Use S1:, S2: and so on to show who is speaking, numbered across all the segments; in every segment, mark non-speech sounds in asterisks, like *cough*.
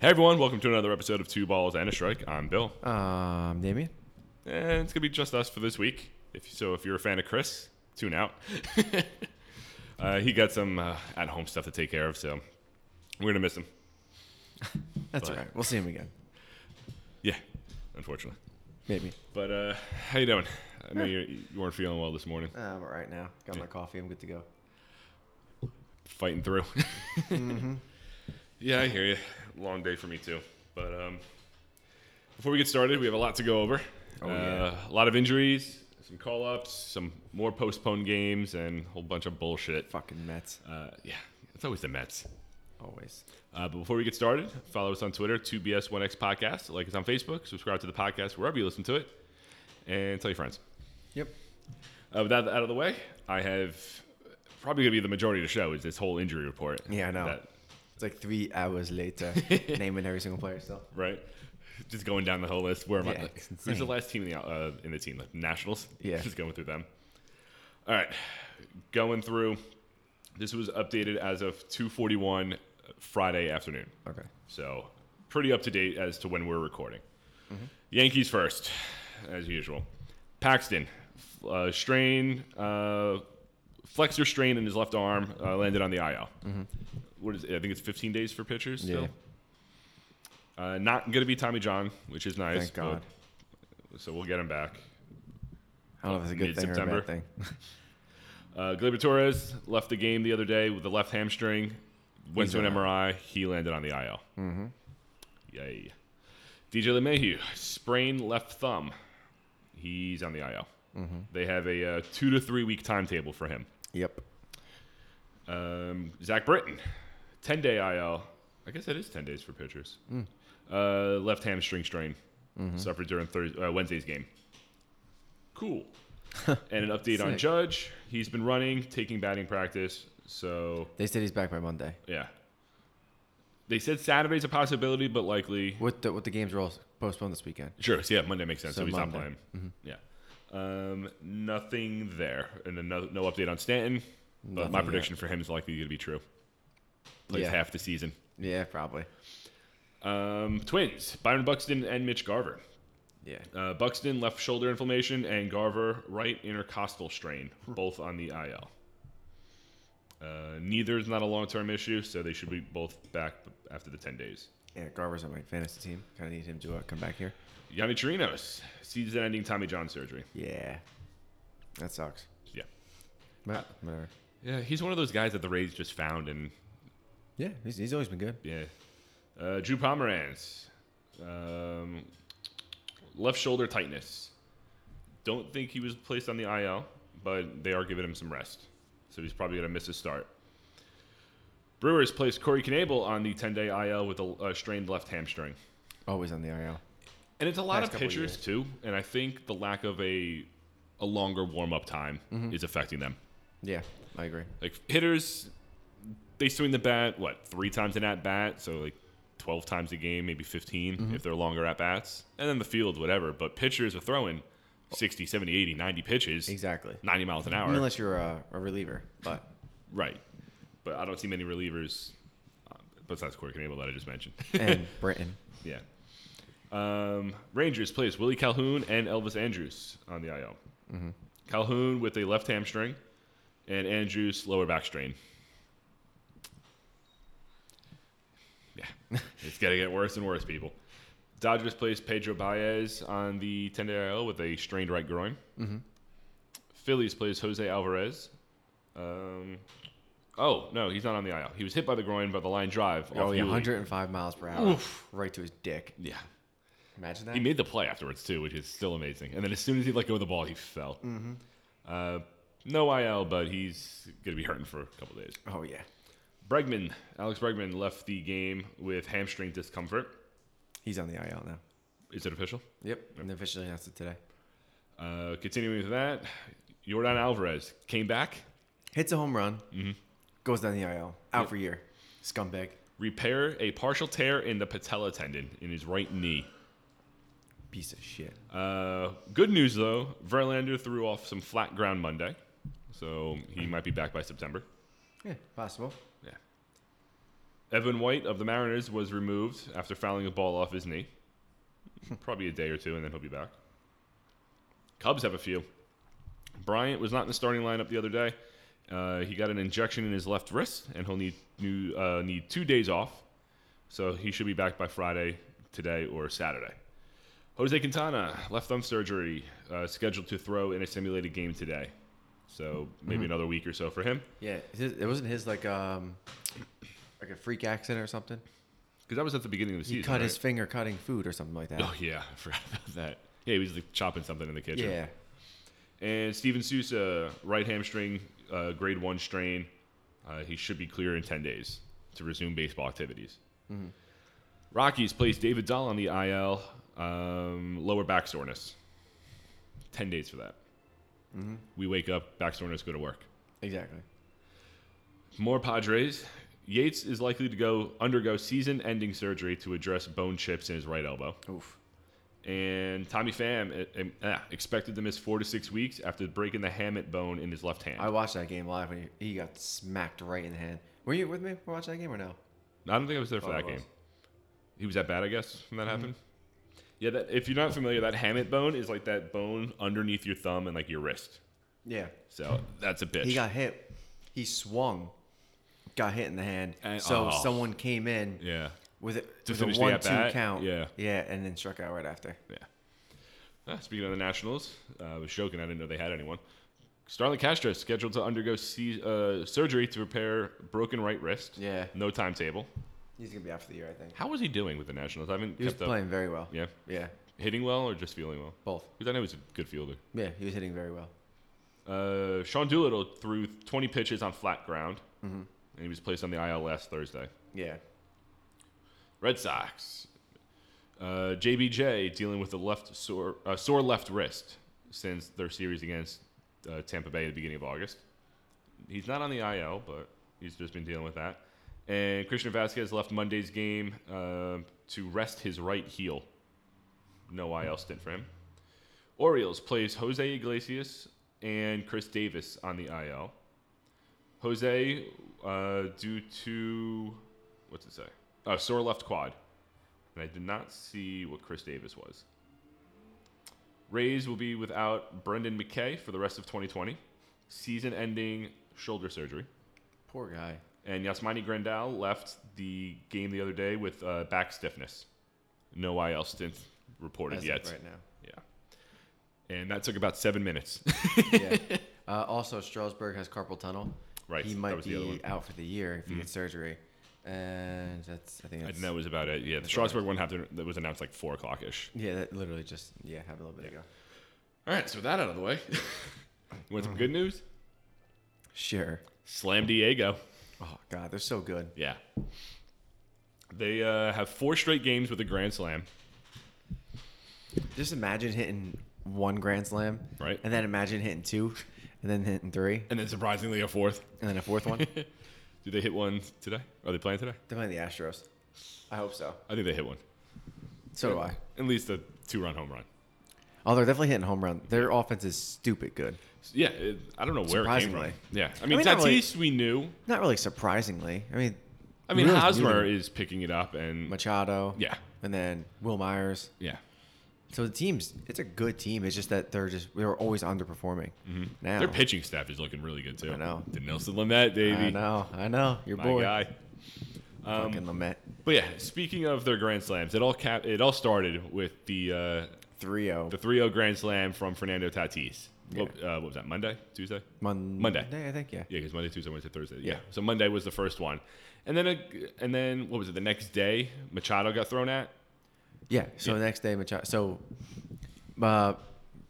S1: Hey everyone, welcome to another episode of Two Balls and a Strike. I'm Bill,
S2: Um, Damien.
S1: and it's gonna be just us for this week. If so, if you're a fan of Chris, tune out. *laughs* uh, he got some uh, at-home stuff to take care of, so we're gonna miss him.
S2: That's all right. We'll see him again.
S1: Yeah, unfortunately.
S2: Maybe.
S1: But uh, how you doing? I know you you weren't feeling well this morning,
S2: Uh, I'm all right now. Got my coffee. I'm good to go.
S1: fighting through. *laughs*
S2: Mm-hmm.
S1: Yeah, I hear you. Long day for me too. But um, before we get started, we have a lot to go over.
S2: Oh,
S1: uh, A lot of injuries, some call-ups, some more postponed games, and a whole bunch of bullshit.
S2: Fucking Mets.
S1: Uh, yeah, it's always the Mets.
S2: Always.
S1: Uh, but before we get started, follow us on Twitter, 2BS1X Podcast. Like us on Facebook. Subscribe to the podcast wherever you listen to it. And tell your friends.
S2: Yep.
S1: Uh, with that out of the way, I have probably going to be the majority of the show is this whole injury report.
S2: Yeah, I know.
S1: That-
S2: It's like three hours
S1: *laughs*
S2: later, naming every single player still.
S1: right? Just going down the whole list. Where am I?
S2: Yeah,
S1: Like,
S2: it's
S1: who's the
S2: insane.
S1: last team in the, uh, in the team? Like Nationals?
S2: Yeah.
S1: Just going through them. All right. Going through. This was updated as of 2.41 Friday afternoon.
S2: Okay.
S1: So pretty up to date as to when we're recording.
S2: Mm-hmm.
S1: Yankees first, as usual. Paxton, f- uh, strain, uh, flexor strain in his left arm, uh, landed on the IL.
S2: Mm-hmm.
S1: What is it? I think it's 15 days for pitchers. Still. Uh, not going to be Tommy John, which is nice.
S2: Thank God.
S1: but- so we'll get him back.
S2: I don't know if it's a good thing or a
S1: Mid-September.
S2: bad thing. *laughs*
S1: Uh, Gleyber Torres left the game the other day with the left hamstring. Went
S2: He's
S1: to an
S2: all
S1: MRI. He landed on the IL. Mm-hmm. Yay. DJ LeMahieu, sprained left thumb. He's on the IL. They have a uh, two to three week timetable for him.
S2: Yep.
S1: Um, Zach Britton, 10 day IL. I guess that is 10 days for pitchers. Uh, left hamstring strain suffered during Thursday, uh, Wednesday's game. Cool. and an update on
S2: Sick.
S1: Judge. He's been running, taking batting practice. So,
S2: They said he's back by Monday.
S1: yeah. They said Saturday's a possibility, but likely.
S2: What the what the games were all postponed this weekend.
S1: Sure. So, yeah, Monday makes sense. So,
S2: So
S1: he's not
S2: Monday. Mm-hmm.
S1: playing. Yeah. Um, nothing there. And another, no update on Stanton. But
S2: Nothing
S1: my
S2: yet.
S1: prediction for him is likely going to be true. Plays
S2: Yeah.
S1: half the season.
S2: Yeah, probably.
S1: Um, twins, Byron Buxton and Mitch Garver.
S2: Yeah.
S1: Uh, Buxton left shoulder inflammation and Garver right intercostal strain, both on the IL. Uh, neither is not a long term issue, so they should be both back after the 10 days.
S2: Yeah, Garver's on my fantasy team. Kind of need him to uh, come back here.
S1: Yanni Chirinos, season ending Tommy John surgery.
S2: Yeah. That sucks.
S1: Yeah.
S2: But whatever.
S1: Yeah, he's one of those guys that the Rays just found, and
S2: Yeah, he's, he's always been good.
S1: yeah. Uh, Drew Pomeranz, um, left shoulder tightness. Don't think he was placed on the IL, but they are giving him some rest. So he's probably going to miss a start. Brewers placed Corey Knable on the 10 day IL with a, a strained left hamstring.
S2: Always on the IL.
S1: And it's a lot
S2: Past
S1: of
S2: couple
S1: pitchers,
S2: years.
S1: too. And I think the lack of a, a longer warm up time
S2: Mm-hmm.
S1: is affecting them.
S2: Yeah, I agree.
S1: Like hitters, they swing the bat what three times an at bat, so like twelve times a game, maybe 15 if they're longer at bats, and then the field, whatever. But pitchers are throwing 60, 70, 80, 90 pitches,
S2: Exactly.
S1: ninety miles an hour,
S2: Unless you're a, a reliever, *laughs* but
S1: right? But I don't see many relievers um, besides Corey Knebel that I just mentioned.
S2: and Britain.
S1: yeah. Um, Rangers plays Willie Calhoun and Elvis Andrews on the IL. Calhoun with a left hamstring, and Andrews lower back strain. Yeah, it's gonna get worse and worse, people. Dodgers plays Pedro Baez on the 10 day IL with a strained right groin. Phillies plays Jose Alvarez. Um, oh no, he's not on the IL. He was hit by the groin by the line drive.
S2: Oh,
S1: off
S2: yeah,
S1: Yuli.
S2: 105 miles per hour, right to his dick.
S1: Yeah,
S2: Imagine that.
S1: he made the play afterwards too, which is still amazing. And then as soon as he let go of the ball, he fell. Uh, no IL, but he's gonna be hurting for a couple days.
S2: oh yeah,
S1: Bregman, Alex Bregman left the game with hamstring discomfort.
S2: he's on the IL now. Yep,
S1: Is it official?
S2: and officially announced it today.
S1: Uh, continuing with that, Jordan Alvarez came back,
S2: Hits a home run, goes down the IL, out for a year. Scumbag.
S1: repair a partial tear in the patella tendon in his right knee.
S2: Piece of shit.
S1: Uh, good news though, Verlander threw off some flat ground Monday, so he might be back by September.
S2: Yeah, possible.
S1: Yeah. Evan White of the Mariners was removed after fouling a ball off his knee. *laughs* Probably a day or two, and then he'll be back. Cubs have a few. Bryant was not in the starting lineup the other day. Uh, he got an injection in his left wrist, and he'll need new, uh, need two days off. So he should be back by Friday, today, or Saturday. Jose Quintana, left thumb surgery, uh, scheduled to throw in a simulated game today. So maybe
S2: Mm-hmm.
S1: another week or so for him.
S2: Yeah, is his- it wasn't his like um like a freak accident or something.
S1: Because that was at the beginning of the
S2: He
S1: season.
S2: cut his
S1: right?
S2: finger cutting food or something like that.
S1: *laughs* Oh, yeah. I forgot about that. Yeah, he was like, chopping something in the kitchen.
S2: yeah,
S1: And Steven Sousa, right hamstring, uh, grade one strain. Uh, he should be clear in 10 days to resume baseball activities. Rockies placed David Dahl on the IL, um, lower back soreness. 10 days for that. We wake up, back soreness, go to work.
S2: exactly.
S1: More Padres. Yates is likely to go undergo season-ending surgery to address bone chips in his right elbow.
S2: Oof.
S1: And Tommy Pham eh, eh, ah, expected to miss four to six weeks after breaking the hammock bone in his left hand.
S2: I watched that game live when he, he got smacked right in the hand. Were you with me for watching that game or no?
S1: I don't think I was there for
S2: Oh,
S1: that
S2: I was. Mm-hmm.
S1: game. He was that bad, I guess, when that happened. Yeah, that, if you're not familiar, that hammock bone is like that bone underneath your thumb and like your wrist.
S2: Yeah.
S1: So that's a bitch.
S2: He got hit. He swung, got hit in the hand.
S1: And-
S2: so
S1: oh.
S2: someone came in
S1: yeah,
S2: with it
S1: To
S2: with a
S1: finish the
S2: one-two
S1: at-bat?
S2: count.
S1: Yeah.
S2: Yeah, and then struck out right after.
S1: yeah. Ah, speaking of the Nationals, uh, I was joking. I didn't know they had anyone. Starlin Castro is scheduled to undergo se- uh, surgery to repair broken right wrist.
S2: Yeah.
S1: No timetable.
S2: He's gonna be out for the year, I think.
S1: How was he doing with the Nationals? I haven't
S2: He was
S1: kept up.
S2: playing very well.
S1: Yeah.
S2: Yeah.
S1: Hitting well or just feeling well?
S2: Both.
S1: Because I know he's a good fielder.
S2: Yeah, he was hitting very well.
S1: Uh, Sean Doolittle threw 20 pitches on flat ground, and he was placed on the IL last Thursday.
S2: Yeah.
S1: Red Sox. Uh, JBJ dealing with a left sore, uh, sore left wrist since their series against uh, Tampa Bay at the beginning of August. He's not on the IL, but he's just been dealing with that. And Christian Vasquez left Monday's game um to rest his right heel. No IL stint for him. Orioles plays Jose Iglesias and Chris Davis on the IL. Jose, uh, due to what's it say? Oh, sore left quad. And I did not see what Chris Davis was. Rays will be without Brendan McKay for the rest of 2020, season-ending shoulder surgery,
S2: Poor guy.
S1: and Yasmani Grandal left the game the other day with uh, back stiffness. No IL stint reported
S2: As of
S1: yet. *laughs*
S2: Right now.
S1: Yeah, and that took about seven minutes. *laughs*
S2: yeah. Uh, also, Strasburg has carpal tunnel.
S1: Right,
S2: He
S1: that
S2: might
S1: was the other
S2: be
S1: one. Mm-hmm.
S2: out for the year if he gets surgery. And that's, I think that's.
S1: and that was about it. Yeah, the Strasburg one happened. That was announced like four o'clock ish.
S2: Yeah, that literally just, yeah, happened a little bit ago.
S1: All right, so with that out of the way, you *laughs* want some good news?
S2: Sure.
S1: Slam Diego.
S2: Oh, God, they're so good.
S1: Yeah. They uh, have four straight games with a grand slam.
S2: Just imagine hitting one Grand Slam.
S1: Right.
S2: And then imagine hitting two, and then hitting three,
S1: And then surprisingly, a fourth.
S2: and then a
S1: *laughs*
S2: fourth one.
S1: Do they hit one today? Are they playing today?
S2: Definitely the Astros. I hope so.
S1: I think they hit one.
S2: So do I.
S1: At least a two run home run.
S2: Oh, they're definitely hitting home run. Their offense is stupid good.
S1: So, yeah, it, I don't know where it came from.
S2: Surprisingly.
S1: Yeah. I mean,
S2: mean, not
S1: Tatis,
S2: really-
S1: we knew.
S2: Not really surprisingly. I mean,
S1: I mean,
S2: we really knew
S1: Hosmer
S2: them.
S1: is picking it up, and
S2: Machado.
S1: Yeah.
S2: And then Will Myers.
S1: yeah.
S2: So the team's it's a good team. It's just that they're just they're always underperforming.
S1: Mm-hmm.
S2: Now
S1: Their pitching staff is looking really good, too.
S2: I know.
S1: The Nelson Lamette, baby.
S2: I know, I know, your
S1: My
S2: boy,
S1: guy. Um,
S2: fucking Lamette,
S1: But yeah, speaking of their grand slams, it all cap- it all started with the uh,
S2: three oh. zero
S1: the 3 0 grand slam from Fernando Tatis. What, uh, what was that, Monday? Tuesday? Monday.
S2: Monday, I think. Yeah,
S1: Yeah, because Monday, Tuesday, Wednesday, Thursday. Yeah. So Monday was the first one, and then a, and then what was it? The next day, Machado got thrown at.
S2: yeah. So the next day, Machado. So uh,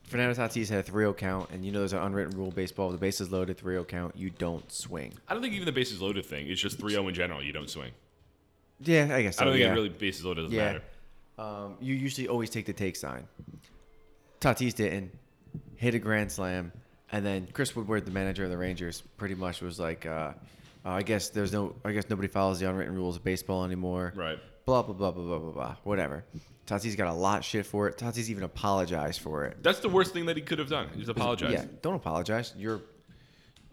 S2: Fernando Tatis had a three zero count, and you know there's an unwritten rule in baseball: the bases loaded, three zero count, you don't swing.
S1: I don't think even the bases loaded thing. It's just 3-0 in general. You don't swing.
S2: Yeah, I guess. So,
S1: I don't think
S2: Oh, yeah.
S1: it really bases loaded doesn't
S2: Yeah.
S1: matter.
S2: Um, you usually always take the take sign. Tatis didn't hit a grand slam, and then Chris Woodward, the manager of the Rangers, pretty much was like, uh, uh, "I guess there's no, I guess nobody follows the unwritten rules of baseball anymore."
S1: Right.
S2: Blah blah blah blah blah blah blah. Whatever. Tatis got a lot of shit for it. Tatis even apologized for it.
S1: That's the worst thing that he could have done. He's apologized.
S2: Yeah. Don't apologize. You're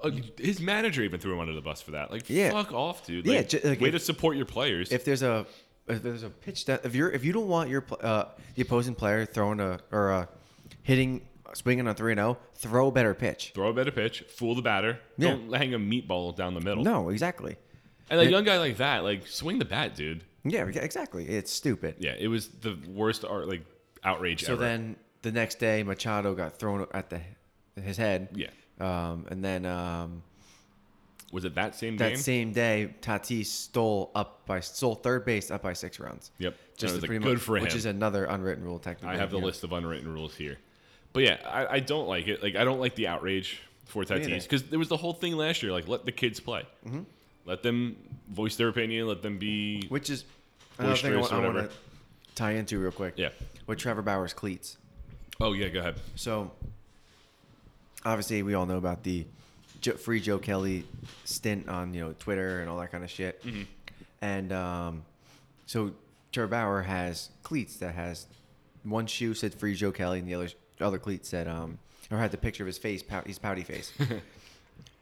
S1: Uh, his manager even threw him under the bus for that. Like,
S2: Yeah.
S1: fuck off, dude. Like,
S2: Yeah, ju- like
S1: way
S2: if-
S1: to support your players.
S2: if there's a if there's a pitch that if you're if you don't want your pl- uh, the opposing player throwing a or uh, hitting swinging on three and zero, throw a better pitch.
S1: Throw a better pitch, fool the batter.
S2: Yeah.
S1: Don't hang a meatball down the middle.
S2: No, exactly.
S1: And a young guy like that, like swing the bat, dude.
S2: Yeah, ex- exactly. It's stupid.
S1: Yeah, it was the worst art like outrage
S2: So
S1: ever.
S2: then the next day, Machado got thrown at the his head.
S1: yeah,
S2: Um, and then um,
S1: was it that same
S2: that
S1: game?
S2: same day, Tatis stole up by stole third base up by six runs.
S1: Yep.
S2: Just
S1: I
S2: to
S1: was like,
S2: pretty
S1: good
S2: much,
S1: for him.
S2: which is another unwritten rule
S1: I
S2: technically.
S1: have the
S2: Yeah.
S1: list of unwritten rules here, but yeah, I, I don't like it. Like I don't like the outrage for Tatis
S2: either.
S1: because there was the whole thing last year. Like let the kids play,
S2: Mm-hmm.
S1: let them voice their opinion, let them be.
S2: which is another thing I,
S1: Boisterous or whatever.
S2: want to tie into real quick.
S1: Yeah.
S2: with Trevor Bauer's cleats.
S1: Oh yeah, go ahead.
S2: So obviously, we all know about the jo- free Joe Kelly stint on you know Twitter and all that kind of shit.
S1: Mm-hmm.
S2: And um, so Trevor Bauer has cleats that has one shoe said free Joe Kelly and the other other cleat said um or had the picture of his face pout, his pouty face.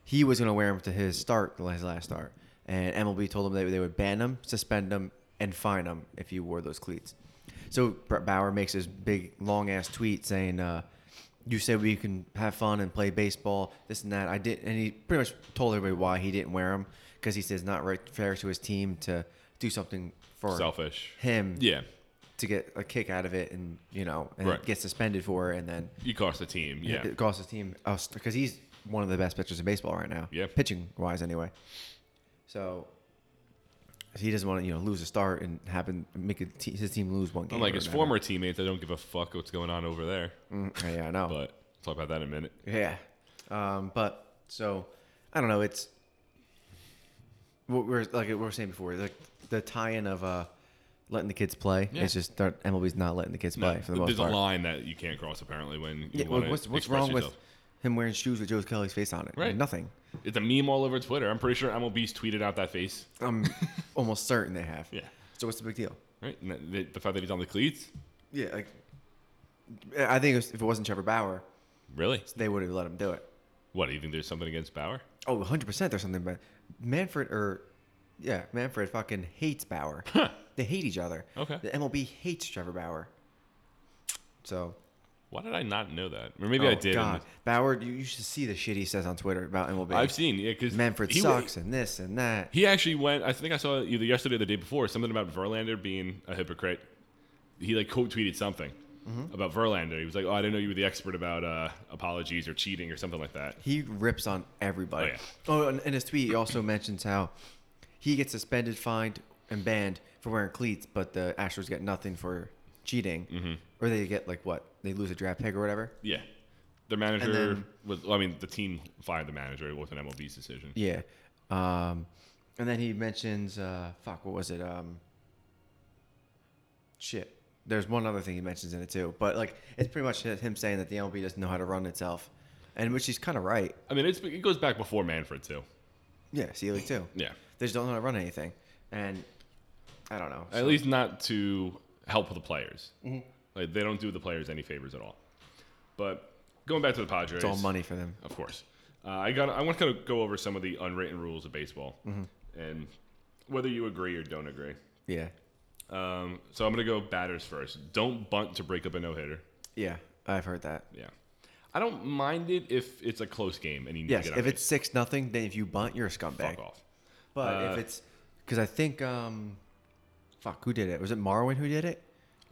S2: he was going to wear him to his start, his last start. And MLB told him they, they would ban him, suspend him, and fine him if he wore those cleats. So Brett Bauer makes this big, long ass tweet saying, uh, You said we can have fun and play baseball, this and that. I did, And he pretty much told everybody why he didn't wear them because he says it's not right fair to his team to do something for
S1: Selfish.
S2: him
S1: Yeah,
S2: to get a kick out of it and, you know, and
S1: Right.
S2: get suspended for it and then
S1: you cost the team. Yeah,
S2: it costs his team because he's one of the best pitchers in baseball right now.
S1: Yeah.
S2: pitching wise anyway. So he doesn't want to you know lose a start and happen make a te- his team lose one game.
S1: unlike
S2: or
S1: his
S2: whatever.
S1: former teammates, I don't give a fuck what's going on over there.
S2: Mm, yeah, I know.
S1: *laughs* But talk about that in a minute.
S2: Yeah. Um, but so I don't know. It's what we're like we were saying before. Like the tie-in of uh, letting the kids play.
S1: Yeah.
S2: It's just that MLB's not letting the kids
S1: No,
S2: play for the most
S1: there's
S2: part.
S1: a line that you can't cross apparently when you
S2: Yeah,
S1: want
S2: like, what's
S1: to
S2: what's
S1: express
S2: wrong
S1: yourself.
S2: with him wearing shoes with Joe Kelly's face on it?
S1: Right.
S2: Nothing.
S1: It's a meme all over Twitter. I'm pretty sure MLB's tweeted out that face. *laughs*
S2: I'm almost certain they have.
S1: Yeah.
S2: So what's the big deal?
S1: Right? And that- the, the fact that he's on the cleats?
S2: Yeah, like I think it was, if it wasn't Trevor Bauer,
S1: Really?
S2: they would have let him do it.
S1: What, do you think there's something against Bauer?
S2: Oh, 100 percent. There's something, but Manfred or yeah, Manfred fucking
S1: *laughs*
S2: hates Bauer. They hate each other.
S1: Okay.
S2: The MLB hates Trevor Bauer. So
S1: Why did I not know that? Or maybe I
S2: oh,
S1: did.
S2: God, Bauer, you, you should see the shit he says on Twitter about MLB.
S1: I've seen, yeah, because
S2: Manfred sucks and this and that.
S1: He actually went, I think I saw it either yesterday or the day before, something about Verlander being a hypocrite. He like quote tweeted something
S2: Mm-hmm.
S1: about Verlander. He was like, oh, I didn't know you were the expert about uh, apologies or cheating or something like that.
S2: He rips on everybody.
S1: Oh, yeah.
S2: Oh, and in his tweet, he also mentions how he gets suspended, fined, and banned for wearing cleats, but the Astros get nothing for cheating,
S1: Mm-hmm.
S2: or they get like what they lose a draft pick or whatever.
S1: Yeah. The manager
S2: then-
S1: was, well, I mean, the team fired the manager. It wasn't MLB's decision.
S2: Yeah. Um, and then he mentions, uh, fuck, what was it? Um, shit. There's one other thing he mentions in it too, but like it's pretty much him saying that the MLB doesn't know how to run itself, and which he's kind of right.
S1: I mean, it's, it goes back before Manfred, too.
S2: Yeah, Sealy too.
S1: Yeah.
S2: They just don't know how to run anything, and I don't know.
S1: At least not to help the players.
S2: Mm-hmm.
S1: Like they don't do the players any favors at all. But going back to the Padres,
S2: It's all money for them.
S1: of course. Uh, I got. I want to kind of go over some of the unwritten rules of baseball
S2: Mm-hmm.
S1: and whether you agree or don't agree.
S2: Yeah.
S1: Um, so I'm going to go batters first. Don't bunt to break up a no hitter.
S2: Yeah. I've heard that.
S1: Yeah, I don't mind it if it's a close game and you need
S2: Yes.
S1: to get on
S2: If
S1: base.
S2: it's six nothing, then if you bunt, you're a scumbag.
S1: fuck off.
S2: But
S1: Uh,
S2: if it's because I think um, fuck, who did it? Was it Marwin who did it?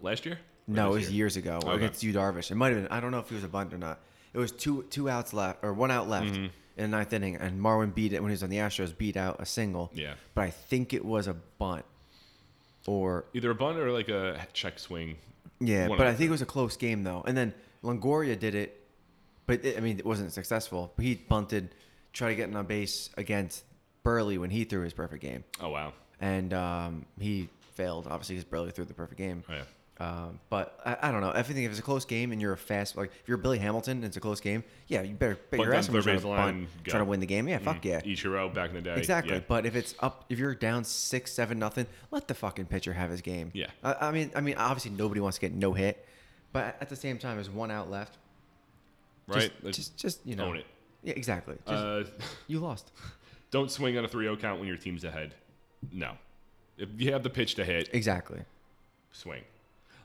S1: Last year? Or
S2: No,
S1: this
S2: it was
S1: year?
S2: years ago
S1: Okay.
S2: against Yu Darvish. It might have been. I don't know if he was a bunt or not. It was two two outs left or one out left
S1: Mm-hmm.
S2: in the ninth inning, and Marwin beat it when he was on the Astros. Beat out a single.
S1: Yeah.
S2: But I think it was a bunt. Or
S1: Either a bunt or like a check swing.
S2: yeah,
S1: One
S2: but
S1: of
S2: I think it was a close game though. And then Longoria did it, but it, I mean it wasn't successful. But he bunted, tried to get on base against Burley when he threw his perfect game,
S1: Oh wow.
S2: and um, he failed obviously because Burley threw the perfect game.
S1: Oh, yeah.
S2: Um, but I, I don't know. I think if it's a close game and you're a fast, like if you're Billy Hamilton and it's a close game, yeah, you better bet
S1: Bunt
S2: your ass
S1: down
S2: on
S1: third
S2: trying
S1: base
S2: to,
S1: line,
S2: bunt,
S1: go. Mm-hmm.
S2: try to win the game. Yeah, fuck
S1: Mm.
S2: yeah,
S1: Ichiro back in the day.
S2: exactly.
S1: Yeah.
S2: But if it's up, if you're down six, seven, nothing, let the fucking pitcher have his game.
S1: Yeah.
S2: I, I mean, I mean, obviously nobody wants to get no hit, but at the same time, there's one out left.
S1: right?
S2: Just,
S1: Like,
S2: just, just you know,
S1: own it.
S2: Yeah, exactly. Just,
S1: Uh, *laughs*
S2: you lost.
S1: don't swing on a 3-0 count when your team's ahead. No. If you have the pitch to hit,
S2: Exactly.
S1: swing.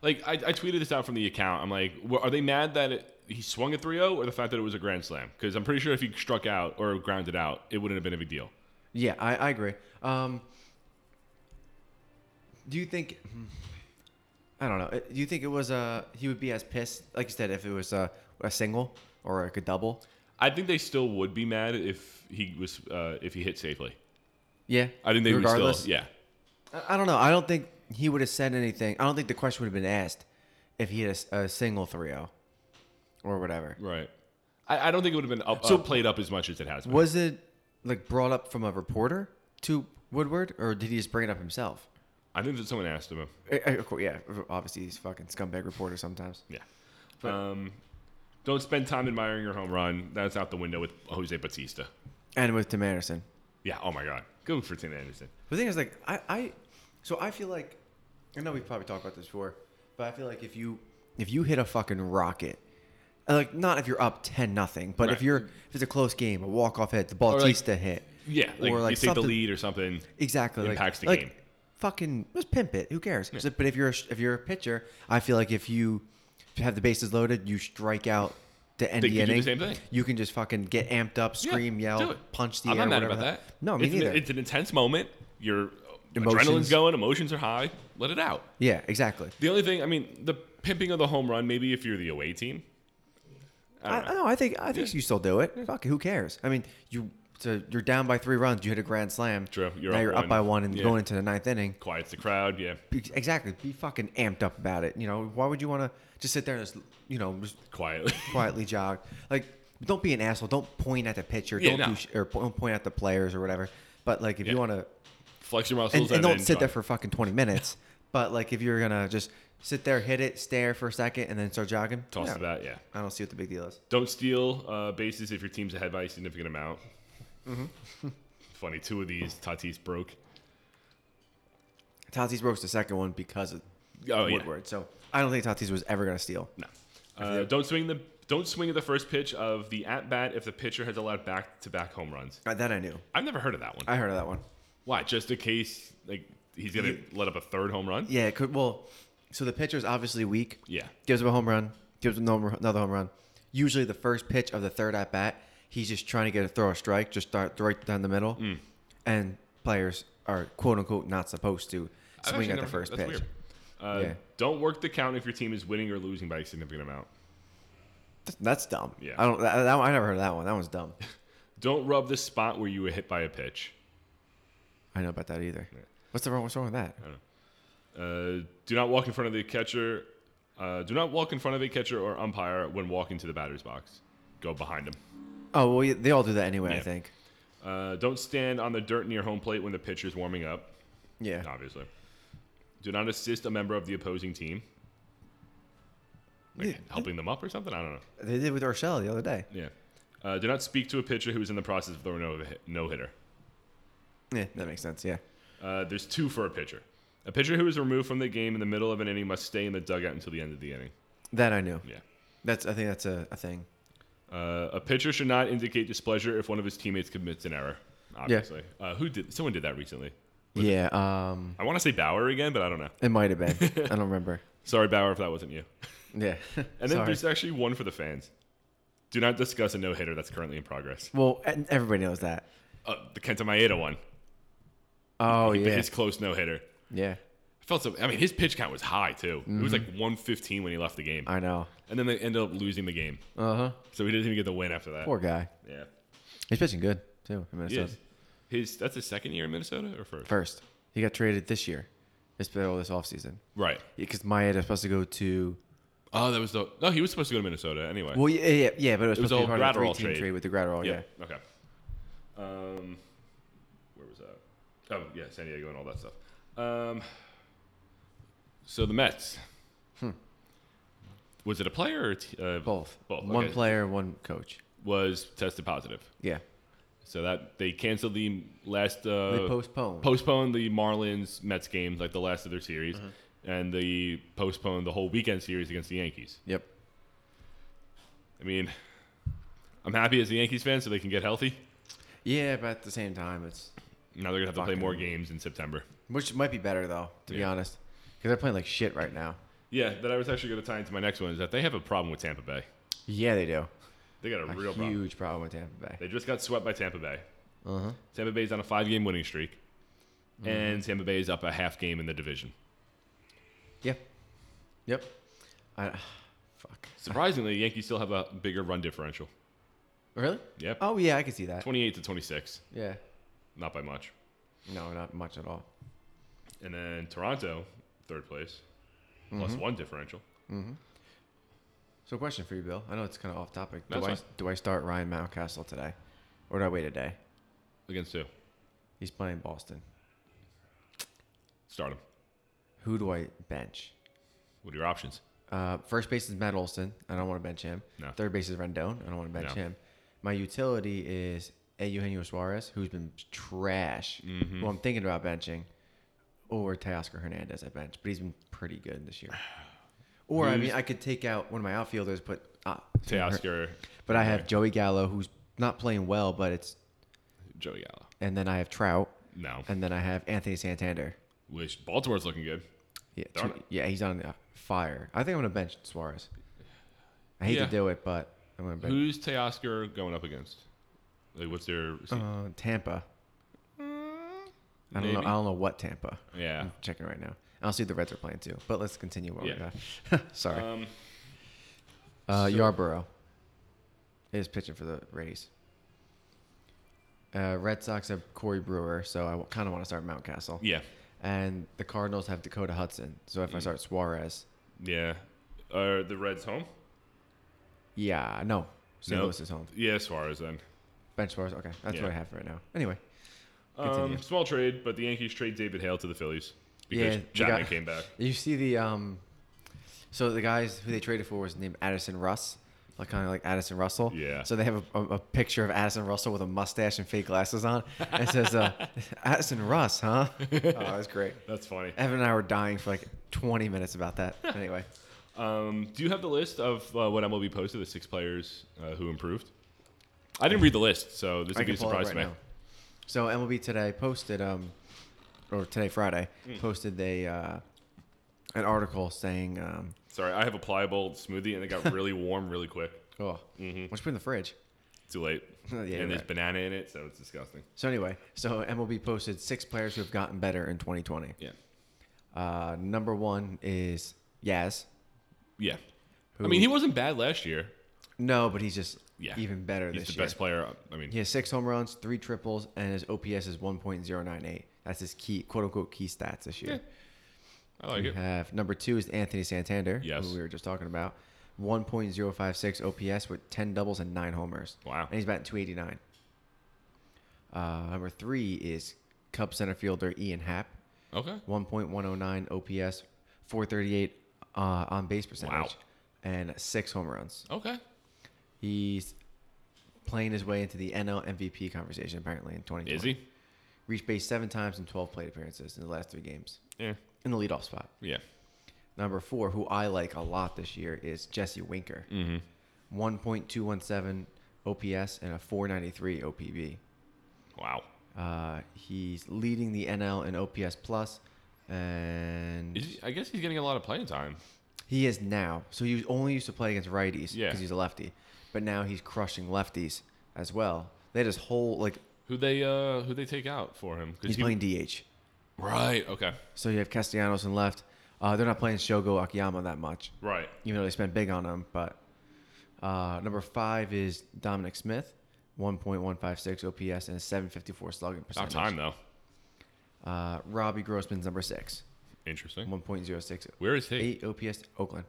S1: Like I, I tweeted this out from the account. I'm like, well, are they mad that it, he swung at 3-0 or the fact that it was a grand slam? Because I'm pretty sure if he struck out or grounded out, it wouldn't have been a big deal.
S2: Yeah, I, I agree. Um, do you think? I don't know. Uh, Do you think it was a he would be as pissed, like you said, if it was a, a single or like a double?
S1: I think they still would be mad if he was uh, if he hit safely.
S2: Yeah,
S1: I think they would
S2: regardless.
S1: still, yeah.
S2: I, I don't know. I don't think he would have said anything. I don't think the question would have been asked if he had a s- a, single 3-0 or whatever.
S1: Right. I, I don't think it would have been up,
S2: So-
S1: uh, played up as much as it has been.
S2: Was it like brought up from a reporter to Woodward, or did he just bring it up himself?
S1: I think that someone asked him.
S2: Uh, uh, of course, yeah, obviously he's fucking scumbag reporter sometimes.
S1: Yeah. Um, don't spend time admiring your home run. That's out the window with Jose Batista.
S2: And with Tim Anderson.
S1: Yeah. Oh my God. Good for Tim Anderson.
S2: The thing is, like, I, I, so I feel like, I know we've probably talked about this before, but I feel like if you, if you hit a fucking rocket, and like not if you're up ten nothing, but if
S1: Right.
S2: you're if it's a close game, a walk off hit, the
S1: like-
S2: Bautista hit,
S1: Yeah. Like,
S2: Or, like,
S1: you take the
S2: something-
S1: lead or something.
S2: exactly like-
S1: Impacts the
S2: like,
S1: game.
S2: Fucking just pimp it. Who cares? So- But if you're a, sh- if you're a pitcher, I feel like if you have the bases loaded, you strike out to end
S1: They
S2: the
S1: could do the
S2: inning.
S1: same thing.
S2: You can just fucking get amped up,
S1: Yeah,
S2: scream,
S1: do
S2: yell,
S1: it.
S2: punch the
S1: I'm
S2: air.
S1: not mad
S2: whatever
S1: about
S2: the-
S1: that.
S2: No, me
S1: it's
S2: neither.
S1: An, it's an intense moment. Your
S2: Emotions.
S1: adrenaline's going. Emotions are high. Let it out.
S2: yeah, exactly.
S1: The only thing, I mean, the pimping of the home run. Maybe if you're the away team. I
S2: I,
S1: don't
S2: I know. I think I think you still do it. Fuck it. Who cares? I mean, you so you're down by three runs. You hit a grand slam.
S1: True, you're
S2: now
S1: up
S2: you're
S1: one.
S2: up by one and
S1: Yeah.
S2: going into the ninth inning.
S1: Quiets the crowd. Yeah.
S2: Be- Exactly. Be fucking amped up about it. You know why would you want to just sit there and just you know just
S1: Quietly.
S2: quietly jog? Like don't be an asshole. Don't point at the pitcher.
S1: Yeah,
S2: don't
S1: no.
S2: do sh- or po- don't point at the players or whatever. But like if you
S1: Yeah.
S2: want to
S1: *laughs* Flex your muscles.
S2: and, and don't
S1: then
S2: sit there
S1: jog.
S2: for fucking twenty minutes. but like if you're gonna just sit there, hit it, stare for a second, and then start jogging.
S1: Toss
S2: yeah.
S1: the bat. Yeah.
S2: I don't see what the big deal is.
S1: Don't steal uh, bases if your team's ahead by a significant amount.
S2: Mm-hmm.
S1: *laughs* Funny, two of these Tatis broke.
S2: Tatis broke the second one because of
S1: Oh yeah,
S2: Woodward. So I don't think Tatis was ever going to steal.
S1: no. Uh, don't swing the don't swing at the first pitch of the at bat if the pitcher has allowed back to back home runs.
S2: Uh, That I knew.
S1: I've never heard of that one.
S2: I heard of that one.
S1: Why? Just in case like he's gonna let up a third home run?
S2: Yeah, it could. Well, so the pitcher's obviously weak.
S1: Yeah.
S2: Gives up a home run. Gives up no- another home run. Usually the first pitch of the third at bat, he's just trying to get a throw a strike, just start right down the middle.
S1: Mm.
S2: And players are quote unquote not supposed to
S1: I've
S2: swing
S1: actually
S2: at the
S1: never-
S2: first
S1: that's
S2: pitch.
S1: weird. Uh,
S2: Yeah.
S1: Don't work the count if your team is winning or losing by a significant amount.
S2: That's- That's dumb.
S1: Yeah.
S2: I don't. That, that one, I never heard of that one. That one's dumb.
S1: Don't rub the spot where you were hit by a pitch.
S2: I know about that either. What's the wrong? What's wrong with that?
S1: Uh, do not walk in front of the catcher. Uh, do not walk in front of a catcher or umpire when walking to the batter's box. Go behind him.
S2: Oh well, yeah, they all do that anyway. I
S1: Yeah.
S2: think.
S1: Uh, don't stand on the dirt near home plate when the pitcher's warming up.
S2: Yeah.
S1: Obviously. Do not assist a member of the opposing team. Like
S2: Yeah.
S1: helping them up or something. I don't know.
S2: They did with Urshela the other day.
S1: Yeah. Uh, do not speak to a pitcher who is in the process of throwing a no hitter.
S2: Yeah, that makes sense. Yeah.
S1: Uh, there's two for a pitcher. A pitcher who is removed from the game in the middle of an inning must stay in the dugout until the end of the inning.
S2: That I knew.
S1: Yeah.
S2: That's I think that's a, a thing.
S1: Uh, a pitcher should not indicate displeasure if one of his teammates commits an error. Obviously, uh, who did? Someone did that recently.
S2: yeah, um
S1: I want to say Bauer again, but I don't know.
S2: it might have been. I don't remember. *laughs*
S1: Sorry, Bauer, if that wasn't you.
S2: Yeah.
S1: And then
S2: Sorry.
S1: there's actually one for the fans. Do not discuss a no hitter that's currently in progress.
S2: well, and everybody knows that.
S1: Uh, the Kenta Maeda one,
S2: Oh yeah.
S1: his close no hitter.
S2: yeah.
S1: I felt so. I mean, his pitch count was high too. It was like 115 when he left the game,
S2: Mm-hmm. I know.
S1: and then they ended up losing the game.
S2: Uh-huh.
S1: So he didn't even get the win after that.
S2: Poor guy.
S1: Yeah,
S2: He's pitching good too in
S1: he
S2: Minnesota.
S1: is. His that's his second year in Minnesota or first?
S2: First. He got traded this year. This middle this offseason.
S1: Right.
S2: Because Maeda's supposed to go to
S1: Oh, that was the. No, he was supposed to go to Minnesota anyway.
S2: Well yeah, yeah, yeah but it was,
S1: It was
S2: supposed to be
S1: all
S2: part of the
S1: Gratterall
S2: three team
S1: trade.
S2: trade with the Gratterall, yeah.
S1: Yeah. Okay. Um, where was that? Oh yeah, San Diego and all that stuff. Um, so the Mets. Was it a player or a t- uh,
S2: Hmm. Both.
S1: Both.
S2: One
S1: okay.
S2: player, one coach.
S1: was tested positive,
S2: Yeah.
S1: so that they canceled the last. Uh,
S2: They postponed.
S1: postponed the Marlins Mets game, like the last of their series,
S2: Mm-hmm.
S1: and they postponed the whole weekend series against the Yankees.
S2: yep.
S1: I mean, I'm happy as a Yankees fan so they can get healthy.
S2: Yeah, but at the same time, it's
S1: Now they're gonna have to play
S2: Fucking-
S1: more games in September.
S2: which might be better though, to be
S1: Yeah.
S2: honest, because they're playing like shit right now.
S1: Yeah, that I was actually gonna tie into my next one is that they have a problem with Tampa Bay.
S2: Yeah, they do.
S1: They got a,
S2: A
S1: real
S2: huge
S1: problem.
S2: problem. with Tampa Bay.
S1: They just got swept by Tampa Bay.
S2: Uh huh.
S1: Tampa Bay's on a five game winning streak.
S2: Mm-hmm.
S1: And Tampa Bay is up a half game in the division.
S2: Yep. Yep. I, fuck.
S1: Surprisingly, the Yankees still have a bigger run differential.
S2: Really?
S1: Yep.
S2: Oh yeah, I can see that.
S1: 28 to 26.
S2: Yeah.
S1: Not by much.
S2: No, not much at all.
S1: And then Toronto, third place, plus
S2: Mm-hmm.
S1: one differential.
S2: So, question for you, Bill. I know it's kind of off topic. Do
S1: That's
S2: I
S1: fine.
S2: do I start Ryan Mountcastle today, or do I wait a day?
S1: Against two.
S2: He's playing Boston.
S1: Start 'em.
S2: Who do I bench?
S1: What are your
S2: *laughs*
S1: options?
S2: Uh, first base is Matt Olson. I don't want to bench him.
S1: No.
S2: Third base is Rendon. I don't want to bench
S1: No.
S2: him. My utility is Eugenio Suarez, who's been trash.
S1: Mm-hmm.
S2: Who I'm thinking about benching, or Teoscar Hernandez. I bench, but he's been pretty good
S1: *sighs*
S2: this year. Or I mean, I could take out one of my outfielders, but uh,
S1: Teoscar,
S2: *laughs* But I have Joey Gallo, who's not playing well, but it's
S1: Joey Gallo.
S2: and then I have Trout,
S1: No.
S2: and then I have Anthony Santander.
S1: Which Baltimore's looking good.
S2: Yeah,
S1: Darn
S2: two-
S1: it.
S2: yeah, he's on uh, fire. I think I'm gonna bench Suarez. I hate
S1: Yeah.
S2: to do it, but I'm gonna bench
S1: Who's Teoscar going up against? Like, what's their.
S2: uh, Tampa. I don't know.
S1: Maybe.
S2: I don't know what Tampa.
S1: yeah.
S2: I'm checking right now. I'll see the Reds are playing too. But let's continue. While
S1: Yeah.
S2: we're at. *laughs* Sorry.
S1: Um,
S2: Uh,
S1: so-
S2: Yarborough is pitching for the Rays. Uh, Red Sox have Corey Brewer, so I kind of want to start Mountcastle.
S1: yeah. Mm.
S2: And the Cardinals have Dakota Hudson. So if I start Suarez,
S1: Yeah. Are the Reds home?
S2: yeah, no. St.
S1: Nope.
S2: Louis is home.
S1: Yeah, Suarez then.
S2: Bench Suarez, okay. That's
S1: Yeah.
S2: what I have right now. Anyway, Continue.
S1: Um, small trade, but the Yankees trade David Hale to the Phillies because
S2: Yeah, we
S1: Chapman
S2: got-
S1: came back.
S2: you see the um, so the guys who they traded for was named Addison Russ, like kind of like Addison Russell.
S1: Yeah.
S2: So they have a, a, a picture of Addison Russell with a mustache and fake glasses on, and it says uh, *laughs* Addison
S1: *laughs*
S2: Russ, huh? Oh, that's great.
S1: That's
S2: *laughs*
S1: funny.
S2: Evan and I were dying for like 20 minutes
S1: *laughs*
S2: about that. Anyway,
S1: Um, do you have the list of uh, what MLB posted, the six players uh, who improved? I didn't read the list, so this
S2: I
S1: would be a
S2: can pull it up
S1: surprise
S2: right
S1: to me.
S2: now. So MLB today posted um, or today Friday
S1: Mm.
S2: posted a uh, an article saying um,
S1: Sorry, I have a pliable smoothie and it got
S2: *laughs*
S1: really warm really quick.
S2: oh,
S1: mm-hmm.
S2: what's put in the fridge?
S1: Too late.
S2: *laughs* Yeah,
S1: and
S2: you're
S1: there's
S2: right.
S1: banana in it, so it's disgusting.
S2: So anyway, so MLB posted six players who have gotten better in 2020.
S1: Yeah.
S2: Uh, number one is Yaz.
S1: Yeah. I mean, he wasn't bad last year.
S2: No, but he's just
S1: Yeah.
S2: even better
S1: He's
S2: this
S1: the
S2: year.
S1: best player. I mean,
S2: He has six home runs, three triples, and his OPS is 1.098. That's his key, quote unquote, key stats this year.
S1: I like
S2: We
S1: it.
S2: have number two is Anthony Santander,
S1: Yes.
S2: who we were just talking about, 1.056 OPS with 10 doubles and nine homers.
S1: Wow.
S2: And he's batting 289. Uh, number three is Cub center fielder Ian Happ,
S1: Okay.
S2: 1.109 OPS, 438 uh, on base percentage,
S1: Wow.
S2: and six home runs.
S1: Okay.
S2: He's playing his way into the NL MVP conversation apparently in 2020.
S1: Is he?
S2: Reached base seven times in 12 plate appearances in the last three games
S1: Yeah.
S2: in the leadoff spot.
S1: Yeah.
S2: Number four, who I like a lot this year, is Jesse Winker.
S1: Mm-hmm.
S2: 1.217 OPS and a 493 OPB.
S1: Wow.
S2: Uh, he's leading the NL in OPS plus, and
S1: Is he, I guess he's getting a lot of playing time.
S2: He is now. So he was only used to play against righties because
S1: Yeah.
S2: he's a lefty, but now he's crushing lefties as well. They had his whole like
S1: Who they uh who they take out for him? 'Cause
S2: he's
S1: he-
S2: playing DH.
S1: Right. Okay.
S2: So you have Castellanos in left. Uh, they're not playing Shogo Akiyama that much,
S1: Right.
S2: even though they spent big on him. But uh, number five is Dominic Smith, 1.156 OPS and a 754 slugging
S1: Not
S2: percentage.
S1: time though.
S2: Uh, Robbie Grossman's number six,
S1: Interesting.
S2: 1.06
S1: Where is he?
S2: eight OPS Oakland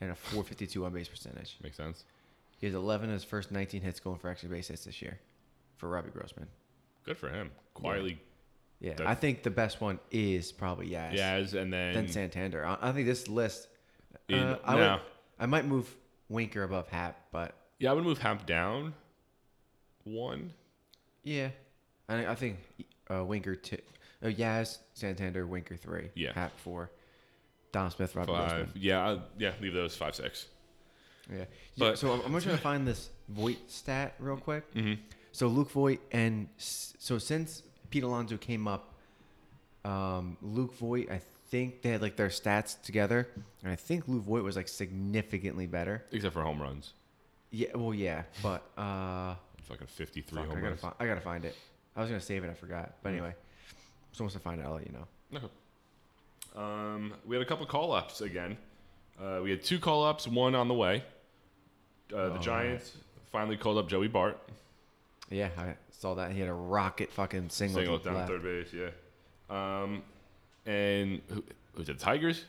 S2: and a 452 on base percentage.
S1: Makes sense.
S2: He has 11 of his first 19 hits going for extra base hits this year for Robbie Grossman.
S1: Good for him. Quietly
S2: Yeah,
S1: That's-
S2: I think the best one is probably Yaz.
S1: Jazz and then,
S2: Then Santander. I, I think this list. Uh,
S1: In-
S2: I,
S1: no.
S2: would, I might move Winker above Hap, but
S1: yeah, I would move Hap down one.
S2: yeah, I, I think uh, Winker two. Oh, Yaz, Santander, Winker three.
S1: Yeah.
S2: Hap four. Don Smith, Robbie
S1: Five.
S2: Grossman.
S1: Yeah, i yeah, leave those five six.
S2: Yeah.
S1: But-
S2: so I'm, I'm trying to find this Voit stat real quick.
S1: Mm-hmm.
S2: So Luke Voit and s- so since Pete Alonso came up, um, Luke Voit, I think they had like their stats together, and I think Luke Voit was like significantly better.
S1: Except for home runs.
S2: Yeah. Well, yeah, but
S1: *laughs*
S2: uh,
S1: Fucking 53 home
S2: fuck, I gotta
S1: runs. Mm-hmm.
S2: find. I gotta find it. I was gonna save it. I forgot. But anyway, so once I find it, I'll let you know.
S1: Okay. Um, we had a couple call ups again. Uh, we had two call ups, one on the way. Uh, the
S2: Oh,
S1: Giants finally called up Joey Bart,
S2: Yeah, I saw that. He had a rocket fucking single.
S1: single
S2: to the
S1: down
S2: left.
S1: third base, yeah. Um, and who was it? Tigers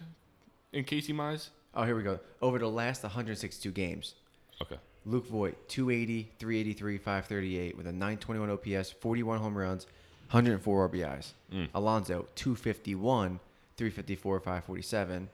S1: in Casey Mize.
S2: Oh, here we go. Over the last 162 games,
S1: Okay.
S2: Luke Voigt, 280, 383, 538 with a 921 OPS, 41 home runs, 104 RBIs. Alonzo, 251, 354, 547,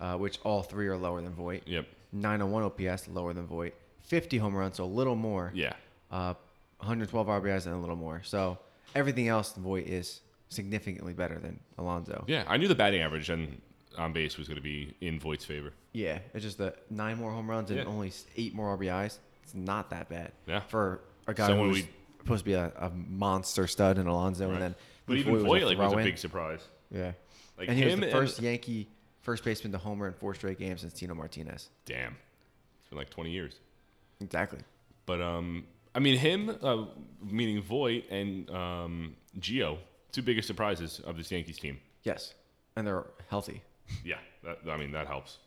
S2: uh, which all three are lower than Voigt.
S1: Yep.
S2: 901 OPS, lower than Voigt. 50 home runs, so a little more.
S1: Yeah.
S2: Uh, 112 RBIs and a little more. So everything else than Voigt is significantly better than Alonzo.
S1: Yeah. I knew the batting average and on base was going to be in Voight's favor.
S2: Yeah, it's just the nine more home runs and
S1: Yeah.
S2: only s- eight more RBIs. It's not that bad.
S1: Yeah.
S2: For a guy
S1: Someone
S2: who was
S1: we-
S2: supposed to be a, a monster stud in Alonzo,
S1: Right.
S2: and then
S1: But
S2: Luke
S1: even
S2: Voit
S1: Voight like was a
S2: throw-in.
S1: big surprise.
S2: yeah.
S1: Like
S2: and he was
S1: him
S2: the
S1: and-
S2: first Yankee first baseman to homer in four straight games since Tino Martinez.
S1: Damn. It's been like 20 years.
S2: Exactly.
S1: But um, I mean him, uh, meaning Voight and um, Geo, two biggest surprises of this Yankees team.
S2: Yes, and they're healthy.
S1: Yeah, that, I mean that helps.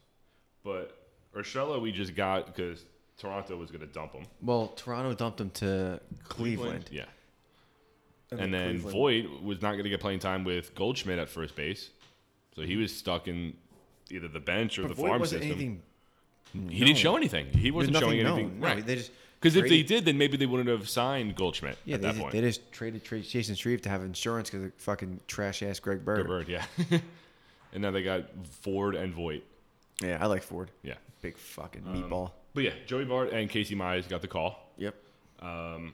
S1: But Urshela we just got because Toronto was going to dump him.
S2: Well, Toronto dumped him to Cleveland,
S1: Yeah, and then
S2: Cleveland-
S1: Voight was not going to get playing time with Goldschmidt at first base, so he was stuck in either the bench or
S2: But
S1: the
S2: Voit
S1: farm
S2: wasn't
S1: system.
S2: anything.
S1: he didn't show anything. He wasn't
S2: nothing
S1: showing anything.
S2: known. No,
S1: right.
S2: they just
S1: because if they
S2: traded-
S1: did, then maybe they wouldn't have signed Goldschmidt
S2: Yeah,
S1: at
S2: they,
S1: that
S2: just,
S1: point.
S2: they just traded tra- Jason Shreve to have insurance because of fucking trash ass Greg Bird.
S1: The bird, yeah. *laughs* and now they got Ford and Voight.
S2: Yeah, I like Ford.
S1: Yeah.
S2: Big fucking
S1: Um,
S2: meatball.
S1: But yeah, Joey Bart and Casey Mize got the call.
S2: Yep.
S1: Um,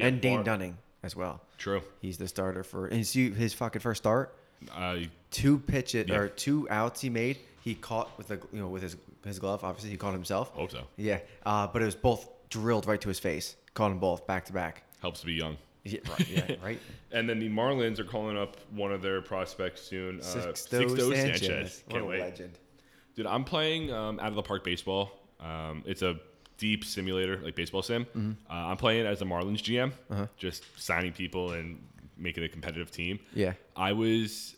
S2: and Dane
S1: Bart-
S2: Dunning as well.
S1: True.
S2: He's the starter for and see his fucking first start.
S1: Uh,
S2: Two pitch it
S1: Yeah.
S2: or two outs he made. He caught with the you know with his his glove. Obviously, he caught himself.
S1: hope so.
S2: Yeah, uh, but it was both drilled right to his face. Caught them both back
S1: *laughs*
S2: to back.
S1: Helps to be young.
S2: Yeah, right. Yeah, right?
S1: And then the Marlins are calling up one of their prospects soon. *laughs* Uh,
S2: Sixto
S1: Sixto
S2: Sanchez.
S1: Can't
S2: What a
S1: wait.
S2: legend.
S1: Dude, I'm playing um, Out of the Park Baseball. Um, it's a deep simulator, like baseball sim.
S2: Mm-hmm.
S1: Uh, I'm playing as a Marlins GM,
S2: Uh-huh.
S1: just signing people and making a competitive team.
S2: Yeah.
S1: I was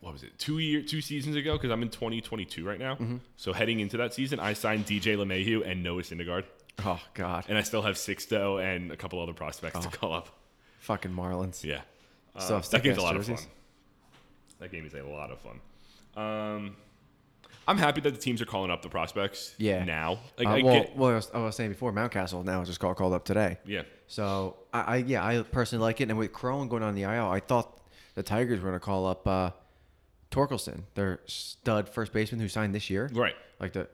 S1: what was it two year two seasons ago because I'm in 2022 right now.
S2: Mm-hmm.
S1: So heading into that season, I signed DJ LeMahieu and Noah Syndergaard,
S2: Oh God.
S1: and I still have Sixto and a couple other prospects
S2: Oh.
S1: to call up.
S2: fucking Marlins.
S1: Yeah,
S2: Still
S1: Uh,
S2: have
S1: that game's
S2: sick-ass
S1: a lot of
S2: jerseys.
S1: fun. That game is a lot of fun. Um, I'm happy that the teams are calling up the prospects.
S2: Yeah.
S1: now like
S2: Uh,
S1: I
S2: well,
S1: get
S2: well, I was, I was saying before, Mountcastle now just got called up today.
S1: yeah.
S2: So I, I yeah, I personally like it. And with Crone going on the IL, I thought the Tigers were going to call up uh, Torkelson, their stud first baseman who signed this year.
S1: Right,
S2: Like the,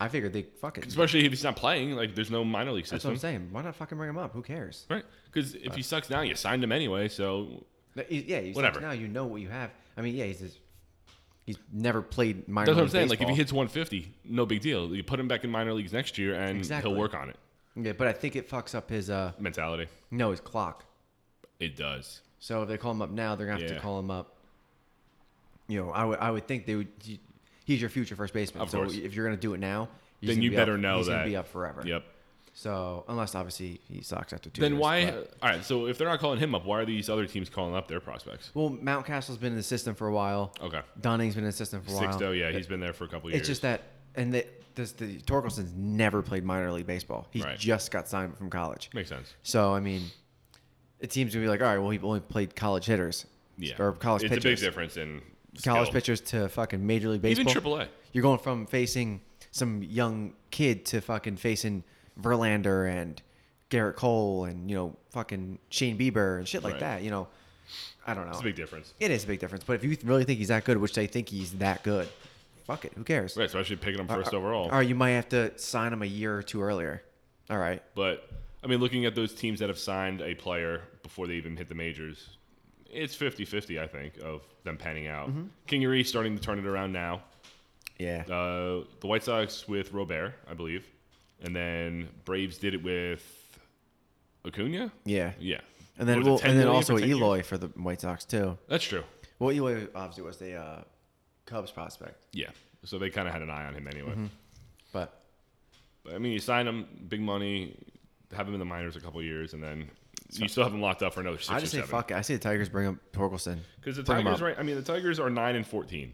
S2: I figured they fuck it.
S1: especially if he's not playing. Like, there's no minor league
S2: That's what
S1: system,
S2: I'm Uh, saying. Why not fucking bring him up? Who cares?
S1: right? Because if he sucks now, you signed him anyway. So
S2: Like, he- Yeah, he's
S1: Whatever.
S2: Now you know what you have. I mean, yeah, he's just, he's never played minor.
S1: That's what I'm
S2: league
S1: saying. Like if
S2: baseball.
S1: he hits 150, no big deal. You put him back in minor leagues next year, and
S2: Exactly.
S1: he'll work on it.
S2: yeah, but I think it fucks up his uh
S1: Mentality,
S2: no his clock.
S1: it does.
S2: So if they call him up now, they're gonna have
S1: Yeah.
S2: to call him up. You know, I would I would think they would. He's your future first baseman.
S1: Of
S2: so
S1: course.
S2: if you're gonna do it now, he's
S1: Then
S2: gonna
S1: you
S2: be
S1: better
S2: up,
S1: know
S2: he's
S1: that.
S2: gonna be up forever.
S1: Yep.
S2: So unless obviously he sucks after two.
S1: Then
S2: years,
S1: why? uh,
S2: but-
S1: all right. So if they're not calling him up, why are these other teams calling up their prospects?
S2: well, Mountcastle's been in the system for a while.
S1: Okay.
S2: Dunning's been in the system for a while.
S1: Sixto, yeah, he's been there for a couple years.
S2: It's just that, and that this, the Torkelson's never played minor league baseball. He
S1: Right.
S2: just got signed from college.
S1: makes sense.
S2: So I mean, it seems to be like, all right, well, he only played college hitters.
S1: Yeah.
S2: Or college
S1: It's
S2: pitchers.
S1: a big difference in
S2: college
S1: skill.
S2: pitchers to fucking major league
S1: even
S2: baseball.
S1: AAA.
S2: You're going from facing some young kid to fucking facing Verlander and Garrett Cole and you know fucking Shane Bieber and shit like
S1: Right.
S2: that. You know, I don't know.
S1: It's a big difference.
S2: It is a big difference. But if you really think he's that good, which they think he's that good, fuck it. Who cares?
S1: Right. Especially picking him first
S2: Uh,
S1: overall.
S2: All right, you might have to sign him a year or two earlier. All right.
S1: But I mean, looking at those teams that have signed a player before they even hit the majors,
S2: Mm-hmm.
S1: it's 50 50, I think, of them panning out. Kingery starting to turn it around now.
S2: Yeah.
S1: Uh, the White Sox with Robert, I believe, and then Braves did it with Acuna.
S2: Yeah.
S1: Yeah, What
S2: And then
S1: was it,
S2: well,
S1: 10
S2: and then
S1: million
S2: also
S1: for 10 years?
S2: Eloy for the White Sox too.
S1: That's true.
S2: Well, Eloy obviously was the uh, Cubs prospect,
S1: Yeah, so they kind of had an eye on him anyway.
S2: Mm-hmm. but
S1: But I mean, you sign him, big money, have him in the minors a couple years, and then you still have him locked up for another six
S2: I
S1: or
S2: just say
S1: seven.
S2: fuck it. I say the Tigers bring up Torkelson
S1: Because the
S2: Bring 'em
S1: Tigers,
S2: up.
S1: right? I mean, the Tigers are nine and fourteen,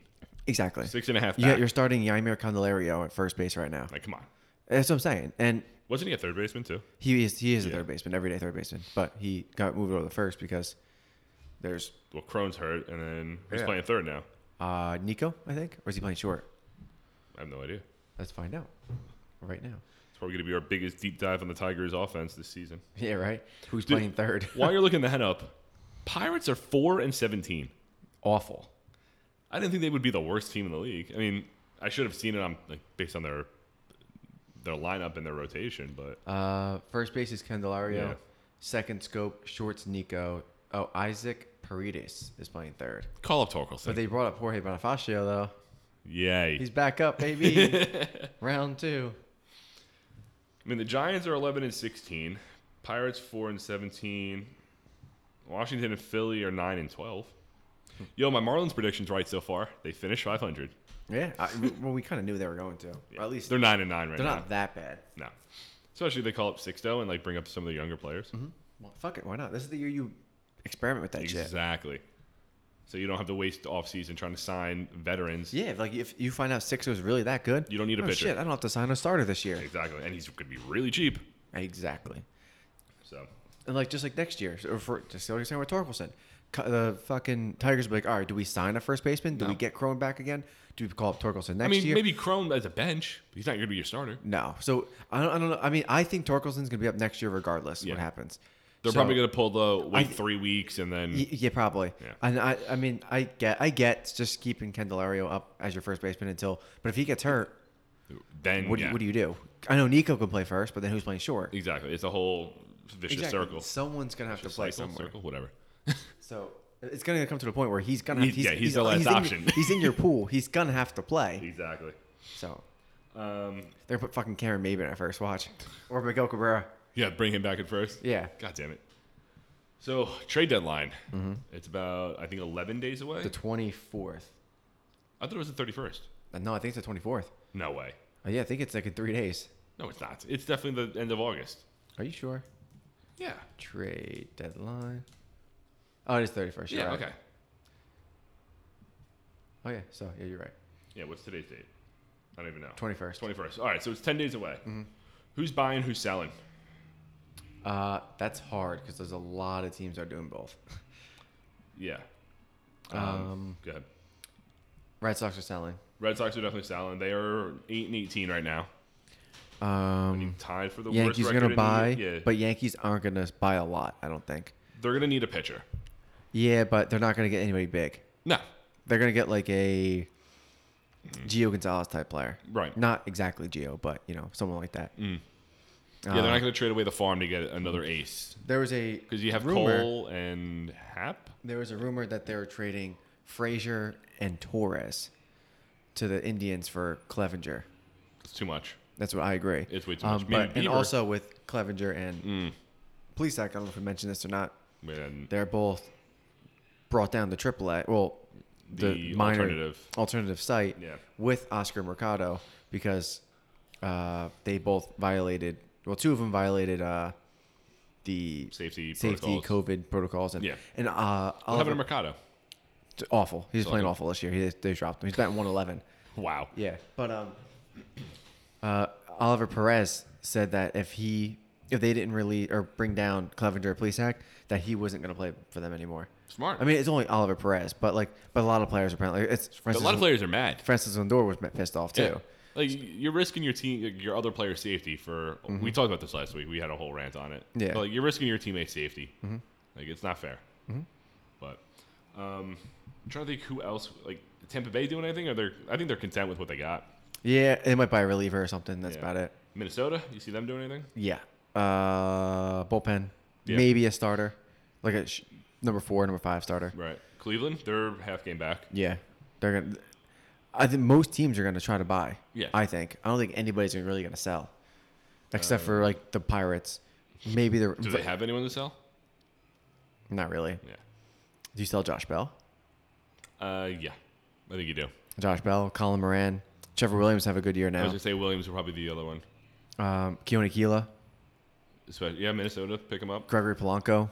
S2: exactly.
S1: six and a half.
S2: Yeah,
S1: Back.
S2: you're starting Yamir Candelario at first base right now.
S1: like, come on.
S2: That's what I'm saying, and
S1: Wasn't he a third baseman too?
S2: he is he is a
S1: Yeah.
S2: third baseman, everyday third baseman, but he got moved over to first because there's
S1: Well, Crohn's hurt, and then he's
S2: Yeah.
S1: playing third now.
S2: uh, Nico, I think, or is he playing short?
S1: I have no idea.
S2: Let's find out right now. *laughs*
S1: It's probably going to be our biggest deep dive on the Tigers' offense this season.
S2: Yeah, right. Who's
S1: Dude,
S2: playing third?
S1: While you're looking that up, Pirates are four and seventeen.
S2: Awful.
S1: I didn't think they would be the worst team in the league. I mean, I should have seen it on like based on their their lineup and their rotation, but
S2: Uh, first base is Candelario.
S1: Yeah.
S2: Second scope, shorts Nico. Oh, Isaac Paredes is playing third.
S1: call up Torkelson.
S2: But they brought up Jorge Bonifacio though.
S1: Yay!
S2: He's back
S1: *laughs*
S2: up, baby. Round two.
S1: I mean, the Giants are 11 and 16, Pirates 4 and 17, Washington and Philly are 9 and 12. Yo, my Marlins prediction's right so far. They finished 500.
S2: Yeah. I, well, we kind of knew they were going to. Or at least
S1: They're 9 and 9 right
S2: they're
S1: now.
S2: not that bad.
S1: No. Especially if they call up Sixto and like bring up some of the younger players.
S2: Well, fuck it. Why not? This is the year you experiment with that shit.
S1: Exactly. So you don't have to waste the offseason trying to sign veterans.
S2: Yeah. If, like if you find out Sixer is really that good,
S1: You don't need a
S2: oh,
S1: pitcher.
S2: Shit, I don't have to sign a starter this year.
S1: Exactly. And he's going to be really cheap.
S2: Exactly.
S1: So
S2: And like just like next year, so- or for just like you're saying with Torkelson, Cu- the fucking Tigers will be like, all right, do we sign a first baseman? Do we get Crone back again? Do we call up Torkelson next
S1: I mean,
S2: year?
S1: maybe Crone as a bench. But he's not going to be your starter.
S2: No. So I don't, I don't know. I mean, I think Torkelson's gonna be up next year regardless
S1: Yeah.
S2: what happens.
S1: They're
S2: So-
S1: probably going to pull the wait
S2: I-
S1: three weeks and then
S2: Y- Yeah, probably.
S1: Yeah.
S2: And I, I mean, I get, I get just keeping Candelario up as your first baseman until. But if he gets hurt,
S1: then
S2: what do
S1: yeah.
S2: you, what do you do? I know Nico can play first, but then who's playing short?
S1: Exactly. It's a whole vicious
S2: Exactly.
S1: circle.
S2: Someone's gonna have to play
S1: Cycle,
S2: somewhere.
S1: circle, whatever.
S2: So it's gonna come to the point where he's gonna. Have,
S1: He's- yeah, he's the last
S2: in-
S1: option.
S2: he's in your
S1: *laughs*
S2: pool. He's gonna have to play.
S1: Exactly.
S2: So
S1: Um,
S2: they're gonna put fucking Karen Maben at first watch, or Miguel Cabrera.
S1: yeah, bring him back at first.
S2: Yeah,
S1: God damn it. So trade deadline. It's about I think eleven days away.
S2: Mm-hmm. the twenty fourth.
S1: I thought it was the thirty first.
S2: Uh, No, I think it's the twenty fourth.
S1: No way.
S2: Oh, yeah, I think it's like in three days.
S1: No, it's not. It's definitely the end of August.
S2: Are you sure?
S1: Yeah.
S2: Trade deadline. Oh, it is thirty first.
S1: Yeah. Okay.
S2: Oh yeah. So yeah, you're right.
S1: Yeah. What's today's date? I don't even know.
S2: Twenty first.
S1: Twenty first. All right. So it's ten days away.
S2: Mm-hmm.
S1: Who's buying? Who's selling?
S2: Uh, that's hard because there's a lot of teams that are doing both.
S1: Yeah.
S2: Um,
S1: Go ahead.
S2: Red Sox are selling.
S1: Red Sox are definitely selling. They are eight and eighteen right now.
S2: Um,
S1: Tied for the
S2: Yankees
S1: worst
S2: are
S1: record. in
S2: gonna
S1: the
S2: buy,
S1: league. Yeah.
S2: but Yankees aren't gonna buy a lot. I don't think.
S1: they're gonna need a pitcher.
S2: Yeah, but they're not gonna get anybody big.
S1: No.
S2: They're gonna get like a Gio Gonzalez type player.
S1: Right. Mm.
S2: Not exactly Gio, but you know, someone like that.
S1: Yeah,
S2: Uh,
S1: they're not going to trade away the farm to get another ace
S2: There was a
S1: because you have
S2: rumor,
S1: Cole and Hap.
S2: There was a rumor that they were trading Frazier and Torres to the Indians for Clevenger.
S1: It's too much.
S2: That's what I agree.
S1: It's way too
S2: Um,
S1: much. Maybe
S2: but, and
S1: Bieber. Mm.
S2: also with Clevenger and Police Act, I don't know if we mentioned this or not.
S1: Man,
S2: They're both brought down to AAA. Well, the,
S1: The
S2: minor
S1: alternative.
S2: alternative site
S1: Yeah.
S2: with Oscar Mercado because uh, they both violated. Well, two of them violated uh, the
S1: safety,
S2: safety
S1: protocols.
S2: COVID protocols and
S1: Yeah.
S2: and uh,
S1: What happened to
S2: Oliver,
S1: Mercado?
S2: awful. He's playing
S1: like-
S2: awful this year. He, they dropped him. He's batting one eleven.
S1: Wow.
S2: Yeah, but um, *clears throat* uh, Oliver Perez said that if he if they didn't release or bring down Clevenger Police Act, that he wasn't going to play for them anymore.
S1: Smart.
S2: I mean, it's only Oliver Perez, but like, but a lot of players apparently it's
S1: a
S2: Francis,
S1: lot of players are mad.
S2: Francis Lindor was pissed off too.
S1: Yeah. Like you're risking your team, like, your other player's safety for. We talked about this last week. We had a whole rant on it.
S2: Yeah.
S1: But, like you're risking your teammate's safety. Like it's not fair. But um, I'm trying to think who else. Like Tampa Bay doing anything? Or they? are I think they're content with what they got.
S2: Yeah, they might buy a reliever or something. That's
S1: Yeah.
S2: about it.
S1: Minnesota, you see them doing anything?
S2: Yeah, uh, bullpen,
S1: Yeah.
S2: maybe a starter, like a sh- number four, number five starter.
S1: Right. Cleveland, they're half game back.
S2: Yeah, they're gonna. I think most teams are going to try to buy.
S1: Yeah.
S2: I think. I don't think anybody's really going to sell, except for like the Pirates. Maybe they're
S1: Uh, Do they have anyone to sell?
S2: not really.
S1: Yeah.
S2: Do you sell Josh Bell?
S1: Uh, yeah, I think you do.
S2: Josh Bell, Colin Moran, Trevor Williams have a good year
S1: I was
S2: now.
S1: gonna say Williams will probably be the other one.
S2: Um, Keone Keela,
S1: Especially, yeah, Minnesota pick him up.
S2: Gregory Polanco.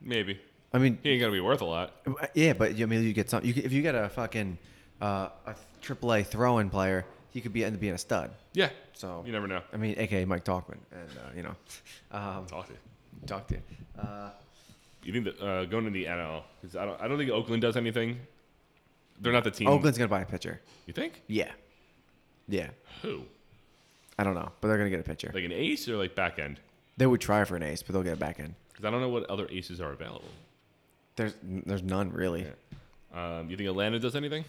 S1: Maybe
S2: I mean,
S1: he ain't gonna be worth a lot.
S2: yeah, but I mean, you get some. You, could- if you get a fucking uh, a AAA throw-in player, he could be end up being a stud.
S1: Yeah,
S2: So
S1: you never know.
S2: I mean, aka Mike Talkman, and uh, you know, *laughs* um,
S1: Talk to you.
S2: talk to you. Uh,
S1: You think that uh, going to the NL? Because I don't, I don't think Oakland does anything. They're not the team.
S2: Oakland's gonna buy a pitcher.
S1: You think?
S2: Yeah, yeah.
S1: Who?
S2: I don't know, but they're gonna get a pitcher.
S1: Like an ace or like back end?
S2: They would try for an ace, but they'll get a back end.
S1: Because I don't know what other aces are available.
S2: There's there's none really.
S1: Yeah. Um, you think Atlanta does anything?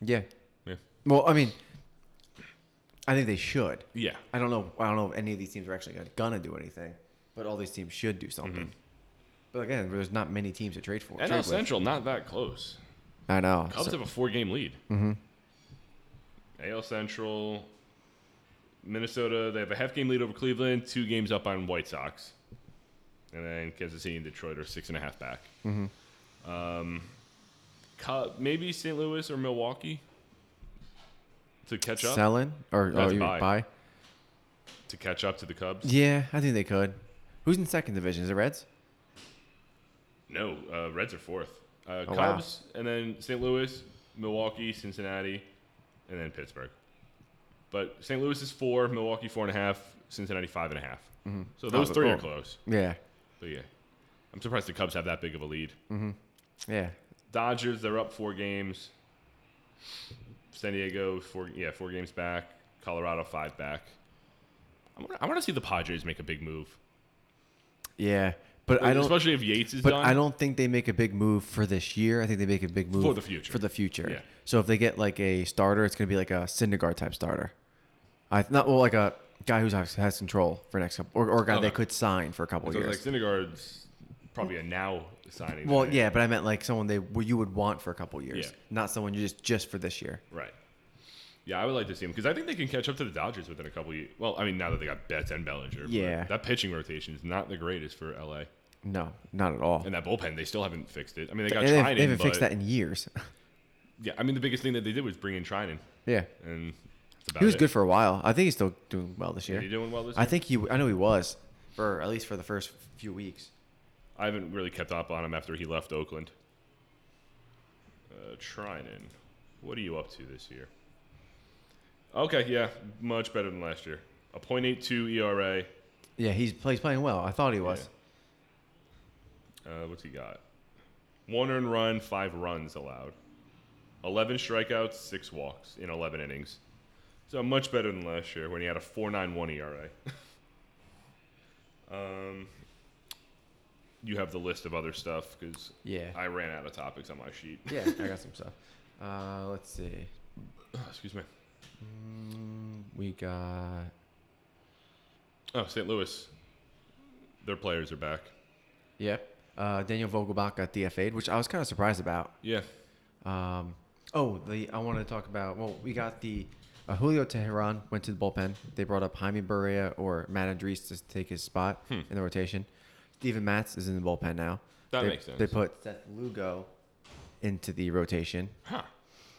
S2: Yeah.
S1: Yeah.
S2: Well, I mean, I think they should.
S1: Yeah.
S2: I don't know. I don't know if any of these teams are actually gonna, gonna do anything, but all these teams should
S1: Mm-hmm.
S2: do something. But again, there's not many teams to trade for.
S1: NL
S2: trade with.
S1: Central not that close.
S2: I know.
S1: Cubs
S2: So-
S1: have a four game lead. Mm-hmm. AL Central, Minnesota, they have a half game lead over Cleveland, two games up on White Sox. And then Kansas City and Detroit are six and a half back. Mm-hmm. Um, Cu- maybe St. Louis or Milwaukee to catch up
S2: selling or oh,
S1: That's
S2: you
S1: buy.
S2: buy. buy?
S1: to catch up to the Cubs.
S2: Yeah, I think they could. Who's in second division? Is it Reds?
S1: No, uh, Reds are fourth. Uh,
S2: Oh, wow.
S1: Cubs and then St. Louis, Milwaukee, Cincinnati, and then Pittsburgh. But St. Louis is four, Milwaukee four and a half, Cincinnati five and a half. So those
S2: but
S1: three are
S2: Mm-hmm. Oh, cool.
S1: close.
S2: Yeah,
S1: But yeah, I'm surprised the Cubs have that big of a lead.
S2: yeah.
S1: Dodgers, they're up four games. San Diego, four yeah, four games back. Colorado, five back. I wanna- I want to see the Padres make a big move,
S2: Yeah, but I don't.
S1: especially if Yates is
S2: But
S1: done.
S2: I don't think they make a big move for this year. I think they make a big move
S1: For the future.
S2: For the future.
S1: Yeah.
S2: So if they get like a starter, it's going to be like a Syndergaard type starter. I not well like a guy who has, has control for next couple, or, or a guy
S1: Okay.
S2: they could sign for a couple
S1: so
S2: years.
S1: like Syndergaard's probably a now signing.
S2: well,
S1: right?
S2: yeah, but I meant like someone they well, you would want for a couple years,
S1: Yeah.
S2: not someone you just just for this year.
S1: Right. Yeah, I would like to see them because I think they can catch up to the Dodgers within a couple years. Well, I mean, now that they got Betts and Bellinger. but
S2: Yeah.
S1: That pitching rotation is not the greatest for LA.
S2: No, not at all.
S1: And that bullpen, they still haven't fixed it. I mean, they got
S2: And they,
S1: Trinan.
S2: they haven't
S1: but,
S2: fixed that in years. *laughs*
S1: Yeah, I mean, the biggest thing that they did was bring in Trinan.
S2: yeah,
S1: And that's about
S2: he was
S1: it.
S2: good for a while. I think he's still doing well this year.
S1: Is he doing well this
S2: I
S1: year?
S2: think he. I know he was for at least for the first few weeks.
S1: I haven't really kept up on him after he left Oakland. Uh, Trinan, what are you up to this year? Okay, yeah, much better than last year. A .82 ERA.
S2: Yeah, he's, he's playing well. I thought he was.
S1: Uh, what's he got? One earned run, five runs allowed. 11 strikeouts, six walks in 11 innings. So much better than last year when he had a 4.91 ERA. E *laughs* um, you have the list of other stuff because
S2: Yeah.
S1: I ran out of topics on my sheet.
S2: *laughs* yeah, I got some stuff. Uh, let's see.
S1: Oh, Excuse me.
S2: Mm, We got.
S1: Oh, St. Louis. Their players are back.
S2: Yep. Uh, Daniel Vogelbach got DFA'd, which I was kind of surprised about.
S1: Yeah.
S2: Um, oh, the I want to talk about. Well, we got the uh, Julio Teheran went to the bullpen. They brought up Jaime Berea or Matt Andrees to take his spot
S1: Hmm.
S2: in the rotation. Steven Matz is in the bullpen now.
S1: That
S2: they,
S1: makes sense.
S2: They put Seth Lugo into the rotation.
S1: Huh.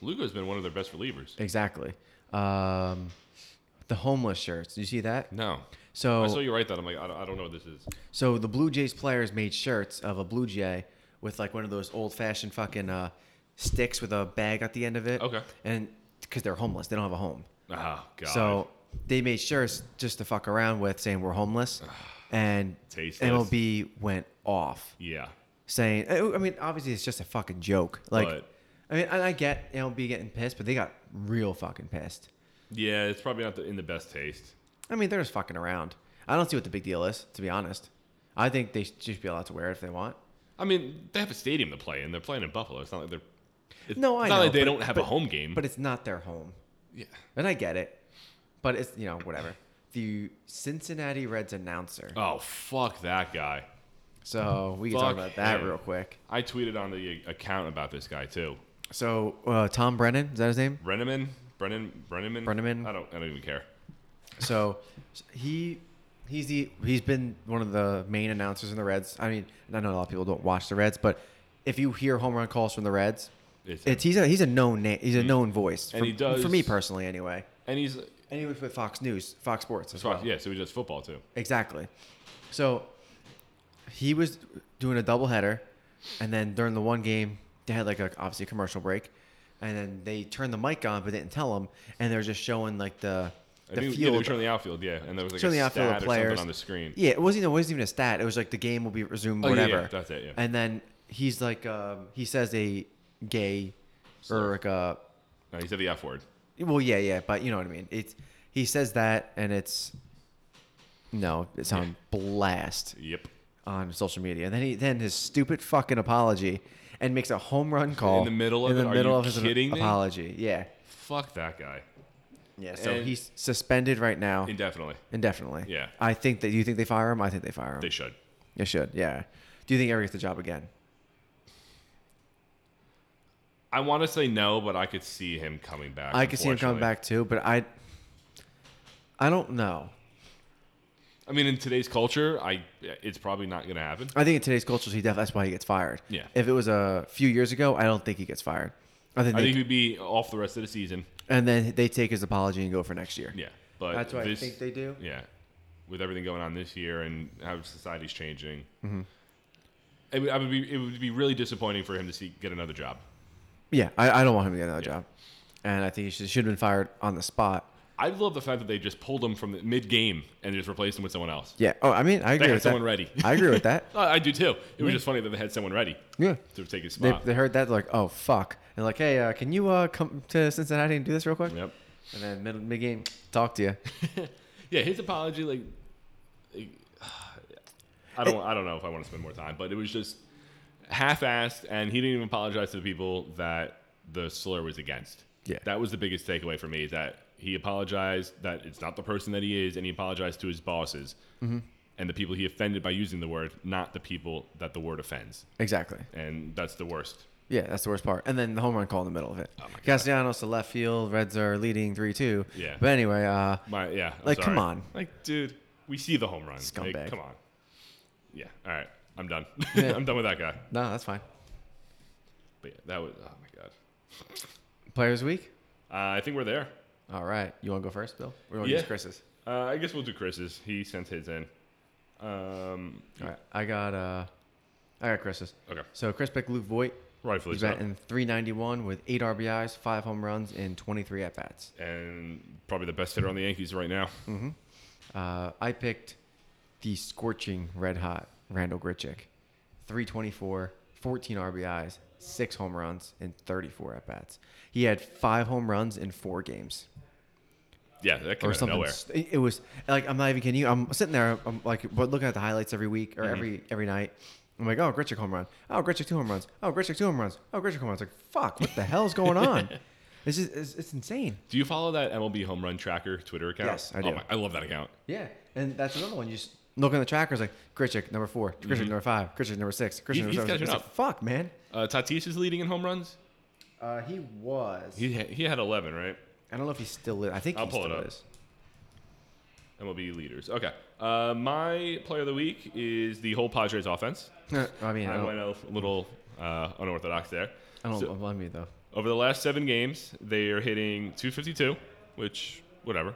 S1: Lugo's been one of their best relievers.
S2: Exactly. Um, the homeless shirts. Did you see that?
S1: No.
S2: So
S1: I saw you write that. I'm like, I don't, I don't know what this is.
S2: So the Blue Jays players made shirts of a Blue Jay with like one of those old fashioned fucking uh, sticks with a bag at the end of it.
S1: Okay.
S2: And because they're homeless, they don't have a home.
S1: Oh, God.
S2: So they made shirts just to fuck around with, saying we're homeless. And
S1: Tasteless.
S2: MLB went off
S1: yeah.
S2: saying, I I mean, obviously it's just a fucking joke. Like,
S1: But-
S2: I mean, and I get MLB getting pissed, but they got real fucking pissed.
S1: Yeah, it's probably not the, in the best taste.
S2: I mean, they're just fucking around. I don't see what the big deal is, to be honest. I think they should just be allowed to wear it if they want.
S1: I mean, they have a stadium to play in. They're playing in Buffalo. It's not like they're. It's
S2: No,
S1: it's
S2: I
S1: not
S2: know,
S1: like they
S2: but-
S1: don't have a home game.
S2: but it's not their home.
S1: yeah,
S2: And I get it. But it's, you know, whatever. The Cincinnati Reds announcer.
S1: oh fuck that guy.
S2: So we can talk
S1: Fuck
S2: about that
S1: him.
S2: real quick.
S1: I tweeted on the account about this guy too.
S2: So uh, Tom Brennan is that his name?
S1: Brenneman, Brennan, Brenneman,
S2: Brenneman?
S1: I don't, I don't even care.
S2: So he he's the he's been one of the main announcers in the Reds. I mean, I know a lot of people don't watch the Reds, but if you hear home run calls from the Reds,
S1: It's him.
S2: it's he's a he's a known name. He's a known voice.
S1: Mm-hmm. And
S2: for,
S1: he does-
S2: for me personally, anyway.
S1: And he's
S2: And he was with Fox News, Fox Sports as well.
S1: yeah, so he does football too.
S2: Exactly. So he was doing a doubleheader, and then during the one game, they had like a, obviously a commercial break, and then they turned the mic on but didn't tell him, and they're just showing like the
S1: I
S2: the
S1: knew, yeah, they were
S2: field.
S1: showing the outfield, yeah, and there was like
S2: showing
S1: a
S2: the outfield
S1: stat
S2: of
S1: or something
S2: players.
S1: on the screen.
S2: Yeah, it wasn't. It wasn't even a stat. It was like the game will be resumed,
S1: Oh, yeah,
S2: whatever.
S1: yeah, that's it, yeah.
S2: And then he's like, um, he says a gay, or like a,
S1: No, he said the F word.
S2: well, yeah, yeah, but you know what I mean. It's he says that, and it's no, it's on blast
S1: Yep.
S2: on social media. And then he then his stupid fucking apology and makes a home run call
S1: the middle of
S2: in
S1: it?
S2: the
S1: Are
S2: middle
S1: you
S2: of his
S1: kidding me?
S2: apology. Yeah,
S1: Fuck that guy
S2: yeah. So
S1: And-
S2: he's suspended right now
S1: indefinitely.
S2: indefinitely.
S1: Yeah.
S2: I think that. Do you think they fire him? I think they fire him.
S1: They should.
S2: They should. Yeah. Do you think he ever gets the job again?
S1: I want to say no, but I could see him coming back.
S2: I could see him coming
S1: unfortunately.
S2: back too, but I, I don't know.
S1: I mean, in today's culture, I it's probably not going to happen.
S2: I think in today's culture, he def- that's why he gets fired.
S1: Yeah.
S2: If it was a few years ago, I don't think he gets fired. I think,
S1: I
S2: they,
S1: think he'd be off the rest of the season.
S2: and then they take his apology and go for next year.
S1: Yeah, but
S2: That's what I
S1: this-
S2: think they do.
S1: Yeah, with everything going on this year and how society's changing,
S2: Mm-hmm.
S1: it, would, I would be it would be really disappointing for him to see get another job.
S2: Yeah, I, I don't want him to get another job, and I think he should, should have been fired on the spot.
S1: I love the fact that they just pulled him from the mid game and just replaced him with someone else.
S2: Yeah. Oh, I mean, I agree
S1: had
S2: with
S1: someone
S2: that.
S1: ready.
S2: I agree
S1: *laughs*
S2: with that.
S1: I I do too. It was just funny that they had someone ready
S2: Yeah.
S1: to take his
S2: They,
S1: spot.
S2: they heard that they're like, oh fuck, and like, hey, uh, can you uh, come to Cincinnati and do this real quick?
S1: yep.
S2: And then mid mid game, talk
S1: *laughs*
S2: to you.
S1: Yeah, his apology, like, like, *sighs* I don't, I don't know if I want to spend more time, but it was just half-assed, and he didn't even apologize to the people that the slur was against.
S2: Yeah.
S1: that was the biggest takeaway for me is that he apologized that it's not the person that he is, and he apologized to his bosses
S2: Mm-hmm.
S1: and the people he offended by using the word, not the people that the word offends,
S2: Exactly.
S1: and that's the worst.
S2: Yeah, that's the worst part. And then the home run call in the middle of
S1: Oh
S2: it. Castellanos to left field. Reds are leading three two.
S1: Yeah.
S2: But anyway, uh,
S1: My yeah. I'm
S2: Like, come
S1: sorry.
S2: on.
S1: Like, dude, we see the home run.
S2: Scumbag.
S1: Like, come on. Yeah. All right. I'm done. *laughs* I'm done with that guy.
S2: no, that's fine.
S1: But yeah, that was oh my god.
S2: Players week.
S1: Uh, I think we're there.
S2: All right. You want to go first, Bill? We're going to
S1: Yeah.
S2: use Chris's.
S1: Uh, I guess we'll do Chris's. He sent his in. Um,
S2: All right. I got uh, I got Chris's.
S1: okay,
S2: So Chris picked Luke Voigt.
S1: rightfully
S2: He's
S1: so,
S2: batting 391 with eight RBIs, five home runs, and 23 at bats.
S1: and probably the best hitter on the Yankees right now.
S2: Mm. Uh, I picked the scorching red hot Randall Gritchick, 324, 14 RBIs, six home runs, and 34 at bats. He had five home runs in four games.
S1: Yeah, that came
S2: or
S1: out of
S2: something.
S1: nowhere.
S2: st- It it was like I'm not even kidding you. I'm sitting there, I'm like, but looking at the highlights every week or
S1: Mm-hmm.
S2: every every night. I'm like, oh, Gritchick home run. Oh, Gritchick two home runs. Oh, Gritchick two home runs. Oh, Gritchick home runs. Like, fuck, what the hell's going
S1: *laughs*
S2: on? This is it's, it's insane.
S1: Do you follow that MLB home run tracker Twitter account?
S2: Yes, I
S1: Oh
S2: do.
S1: my- I love that account.
S2: Yeah, and that's another one. You just look on the trackers like Gritchick number four, Gritchick number five, Gritchick number six, Gritchick
S1: He's-
S2: number
S1: Mm-hmm. he's
S2: seven.
S1: catching
S2: It's like,
S1: up.
S2: fuck, man.
S1: Uh, Tatis is leading in home runs.
S2: Uh, he was.
S1: He ha- he had 11, right?
S2: I don't know if he still is. I think
S1: I'll
S2: he
S1: pull it
S2: still
S1: up.
S2: is.
S1: MLB leaders. Okay. Uh, my player of the week is the whole Padres offense.
S2: I mean, I
S1: I went
S2: don't,
S1: a little uh, unorthodox there.
S2: I don't
S1: So-
S2: blame you though.
S1: Over the last seven games, they are hitting 252, which, whatever,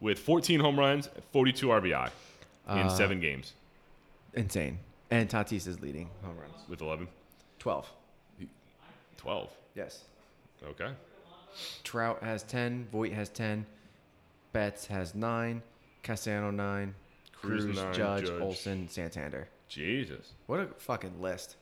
S1: with 14 home runs, 42 RBI in
S2: Uh.
S1: seven games
S2: Insane. And Tatis is leading home runs,
S1: with 11,
S2: twelve.
S1: 12.
S2: Yes.
S1: Okay.
S2: Trout has 10, Voigt has 10, Betts has 9, Castellano 9,
S1: Cruz
S2: Cruz,
S1: nine,
S2: Judge,
S1: Judge.
S2: Olson, Santander.
S1: Jesus.
S2: What a fucking list.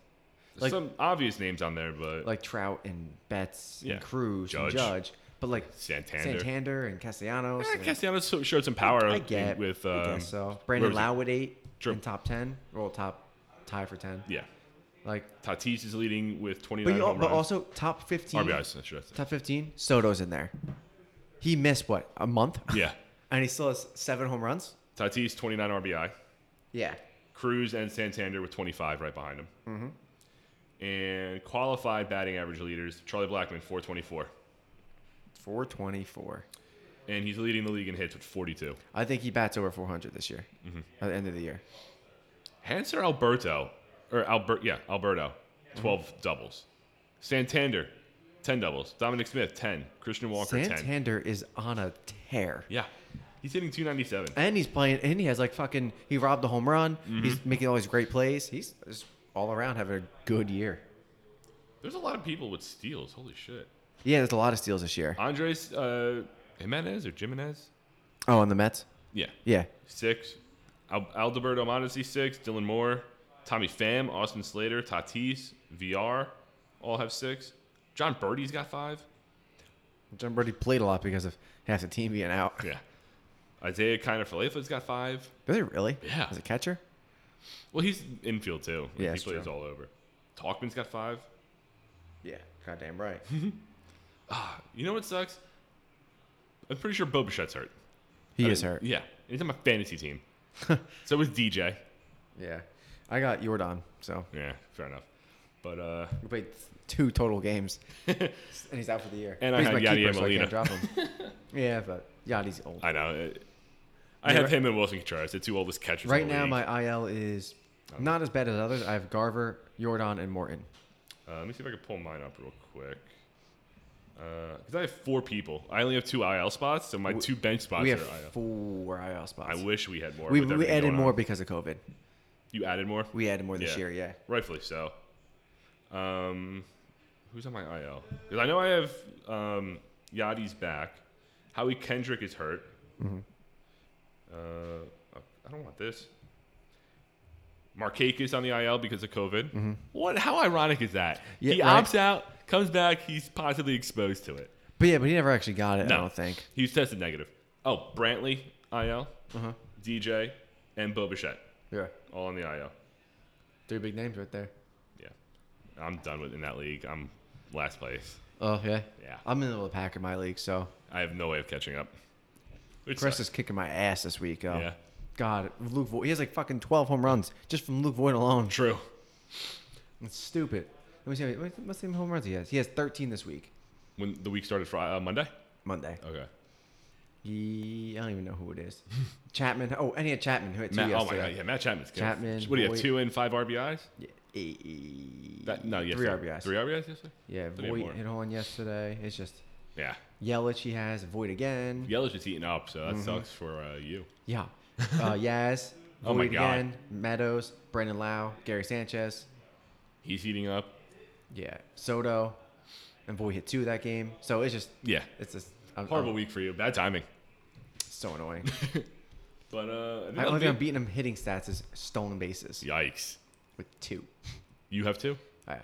S1: There's
S2: Like-
S1: some obvious names on there, but
S2: Like Trout and Betts
S1: Yeah.
S2: and Cruz
S1: Judge.
S2: and Judge. But like
S1: Santander.
S2: Santander, and Castellanos.
S1: Eh,
S2: and-
S1: Castellanos so- showed some power
S2: I get
S1: with.
S2: I
S1: Um,
S2: guess so.
S1: where
S2: Brandon
S1: was it?
S2: Lau with 8
S1: Sure.
S2: in top 10. Well, top tie for 10.
S1: Yeah.
S2: Like,
S1: Tatis is leading with 29
S2: but, you, al-
S1: home
S2: but
S1: runs.
S2: also top 15.
S1: RBIs, I should
S2: *laughs*
S1: have said.
S2: Top 15. Soto's in there. He missed what? A month? *laughs*
S1: Yeah.
S2: and he still has seven home runs?
S1: Tatis, 29 RBI.
S2: Yeah.
S1: Cruz and Santander with 25 right behind him. Mm-hmm. And qualified batting average leaders, Charlie Blackman, 424.
S2: 424.
S1: And he's leading the league in hits with 42.
S2: I think he bats over 400 this year.
S1: Mm-hmm.
S2: At the end of the year,
S1: Hanser Alberto, or Albert, yeah, Alberto, 12 doubles. Santander, 10 doubles. Dominic Smith, 10. Christian Walker, 10.
S2: Santander is on a tear.
S1: Yeah. He's hitting 297.
S2: And he's playing, and he has like fucking, he robbed a home run.
S1: Mm-hmm.
S2: He's making all these great plays. He's just all around having a good year.
S1: There's a lot of people with steals. Holy shit.
S2: Yeah, there's a lot of steals this year.
S1: Andres uh, Jimenez or Jimenez?
S2: Oh, and the Mets?
S1: Yeah.
S2: Yeah.
S1: Six. Al- Alberto Mondesi, six. Dylan Moore, Tommy Pham, Austin Slater, Tatis, VR, all have six. John Birdie's got five.
S2: John Brody played a lot because of half the team being out.
S1: Yeah. Isaiah kind of has got five.
S2: Did they really?
S1: Yeah.
S2: As a catcher?
S1: Well, he's infield too. Like,
S2: Yeah,
S1: he
S2: that's
S1: plays
S2: true.
S1: all over. Talkman's got five.
S2: Yeah. Goddamn right.
S1: You know what sucks? I'm pretty sure Bobuchet's hurt.
S2: *laughs* He
S1: I
S2: is
S1: mean,
S2: hurt.
S1: Yeah, he's on my fantasy
S2: *laughs*
S1: team. so is DJ.
S2: Yeah. I got Jordan, so
S1: Yeah, fair enough. But uh,
S2: we played two total games, *laughs* and he's out for the year.
S1: And I
S2: He's
S1: had
S2: my
S1: Yadier
S2: keeper, so I
S1: Molina. *laughs*
S2: can't drop him. yeah, but Yadi's old.
S1: I know. It, I
S2: Yeah,
S1: have
S2: right-
S1: him and Wilson Contreras, the two oldest catchers. in
S2: Right
S1: the
S2: now,
S1: league. Oh.
S2: my IL is not as bad as others. I have Garver, Jordan, and Morton.
S1: Uh, let me see if I can pull mine up real quick. Because I have four people. I only have two IL spots, so my two bench spots
S2: we
S1: are
S2: have
S1: IL.
S2: four IL spots.
S1: I wish we had more.
S2: we
S1: with
S2: we
S1: everything
S2: added
S1: going on.
S2: more because of COVID.
S1: You added more.
S2: We added more this year. Yeah.
S1: Rightfully so. Um, who's on my IL? Because I know I have um, Yachty's back. Howie Kendrick is hurt.
S2: Mm-hmm.
S1: Uh, I don't want this. Markakis on the IL because of COVID. What? How ironic is that?
S2: Mm-hmm. Yeah,
S1: he
S2: right.
S1: opts out, comes back, he's possibly exposed to it.
S2: But yeah, but he never actually got it.
S1: No.
S2: I don't think.
S1: He was tested negative. Oh, Brantley IL,
S2: Uh-huh.
S1: DJ, and Bobuchet
S2: Yeah.
S1: all on the IL.
S2: Three big names right there.
S1: Yeah, I'm done with in that league. I'm last place.
S2: Oh yeah.
S1: Yeah.
S2: I'm in the middle of the pack in my league, so
S1: I have no way of catching up. Which
S2: Chris
S1: sucks.
S2: is kicking my ass this week. Oh.
S1: Yeah.
S2: God, Luke Voigt. He has like fucking 12 home runs just from Luke Voigt
S1: *laughs*
S2: alone.
S1: true.
S2: It's stupid. Let me see. how many- Let me see how many home runs he has. He has 13 this week,
S1: When the week started Friday, uh, Monday.
S2: Monday.
S1: Okay.
S2: He, I don't even know who
S1: *laughs*
S2: it is. Chapman. Oh, and he had Chapman who had two
S1: Matt, oh my
S2: yesterday.
S1: god, yeah, Matt Chapman's killing it.
S2: Chapman,
S1: What do you have?
S2: Voit.
S1: Two and five RBIs.
S2: Yeah, eight-
S1: That, no, yes,
S2: three RBIs.
S1: Three RBIs yesterday.
S2: yeah,
S1: Three more.
S2: Void hit on yesterday. It's just
S1: Yeah.
S2: Yelich he has Void again.
S1: Yellow's just eating up, so
S2: Mm-hmm.
S1: that sucks for uh, you.
S2: Yeah, uh, Yaz. Void
S1: Oh my God.
S2: again. Meadows, Brandon Lau, Gary Sanchez.
S1: He's eating up.
S2: Yeah, Soto, and Void hit two that game. So it's just
S1: Yeah.
S2: it's just I'm,
S1: Horrible
S2: I'm
S1: week for you. Bad timing. *laughs*
S2: so annoying.
S1: But uh,
S2: I only
S1: another
S2: thing I'm
S1: big-
S2: beating him hitting stats is stolen bases
S1: yikes.
S2: with two.
S1: You have two.
S2: Yeah.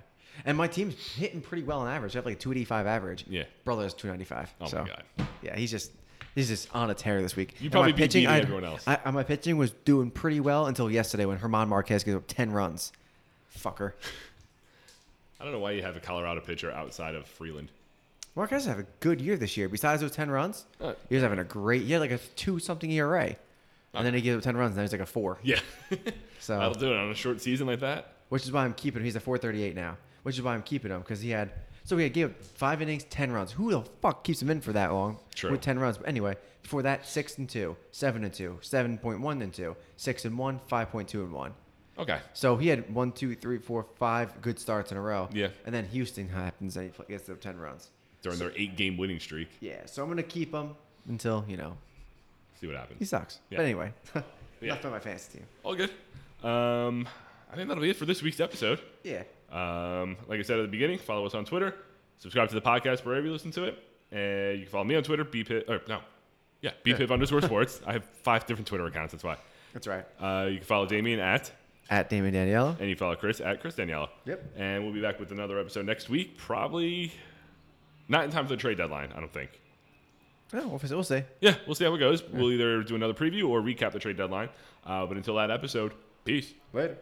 S2: And my team's hitting pretty well on average. I have like a 285 average.
S1: Yeah.
S2: Brother has 295.
S1: Oh my
S2: so,
S1: God.
S2: Yeah, he's just he's just on a tear this week.
S1: You
S2: And
S1: probably
S2: my
S1: beat
S2: pitching,
S1: beating
S2: I-
S1: everyone else.
S2: I, I- my pitching was doing pretty well until yesterday when Herman Marquez gave up 10 runs. Fucker.
S1: I don't know why you have a Colorado pitcher outside of Freeland.
S2: Marquez had a good year this year. Besides those 10 runs,
S1: Uh.
S2: he was having a great he had like a two something ERA. And then he gives up 10 runs and then he's like a four.
S1: Yeah. *laughs* That'll
S2: So,
S1: do it on a short season like that.
S2: which is why I'm keeping him. He's a 438 now, which is why I'm keeping him because he had so he had gave up five innings, ten runs. Who the fuck keeps him in for that long
S1: True.
S2: with ten runs? But anyway, before that, six and two, seven and two, seven point one and two, six and one, five point two and one.
S1: Okay.
S2: So he had one, two, three, four, five good starts in a row.
S1: Yeah.
S2: and then Houston happens and he gets up ten runs.
S1: During their eight-game winning streak.
S2: Yeah, so I'm gonna keep him until you know
S1: See what happens.
S2: he sucks.
S1: Yeah.
S2: But anyway, *laughs*
S1: Yeah.
S2: enough about my fantasy team.
S1: All good. Um, I think that'll be it for this week's episode.
S2: Yeah,
S1: Um, like I said at the beginning, follow us on Twitter, subscribe to the podcast wherever you listen to it, and you can follow me on Twitter, bpip or no, yeah, bpip *laughs* underscore sports. I have five different Twitter accounts. That's why.
S2: that's right.
S1: Uh, you can follow Damien at,
S2: At Damon Daniello.
S1: and you follow Chris at Chris Daniela.
S2: Yep.
S1: And we'll be back with another episode next week, probably not in time for the trade deadline. I don't think.
S2: Oh, we'll, we'll see.
S1: Yeah, we'll see how it goes. We'll either do another preview or recap the trade deadline. Uh, but until that episode, peace.
S2: Later.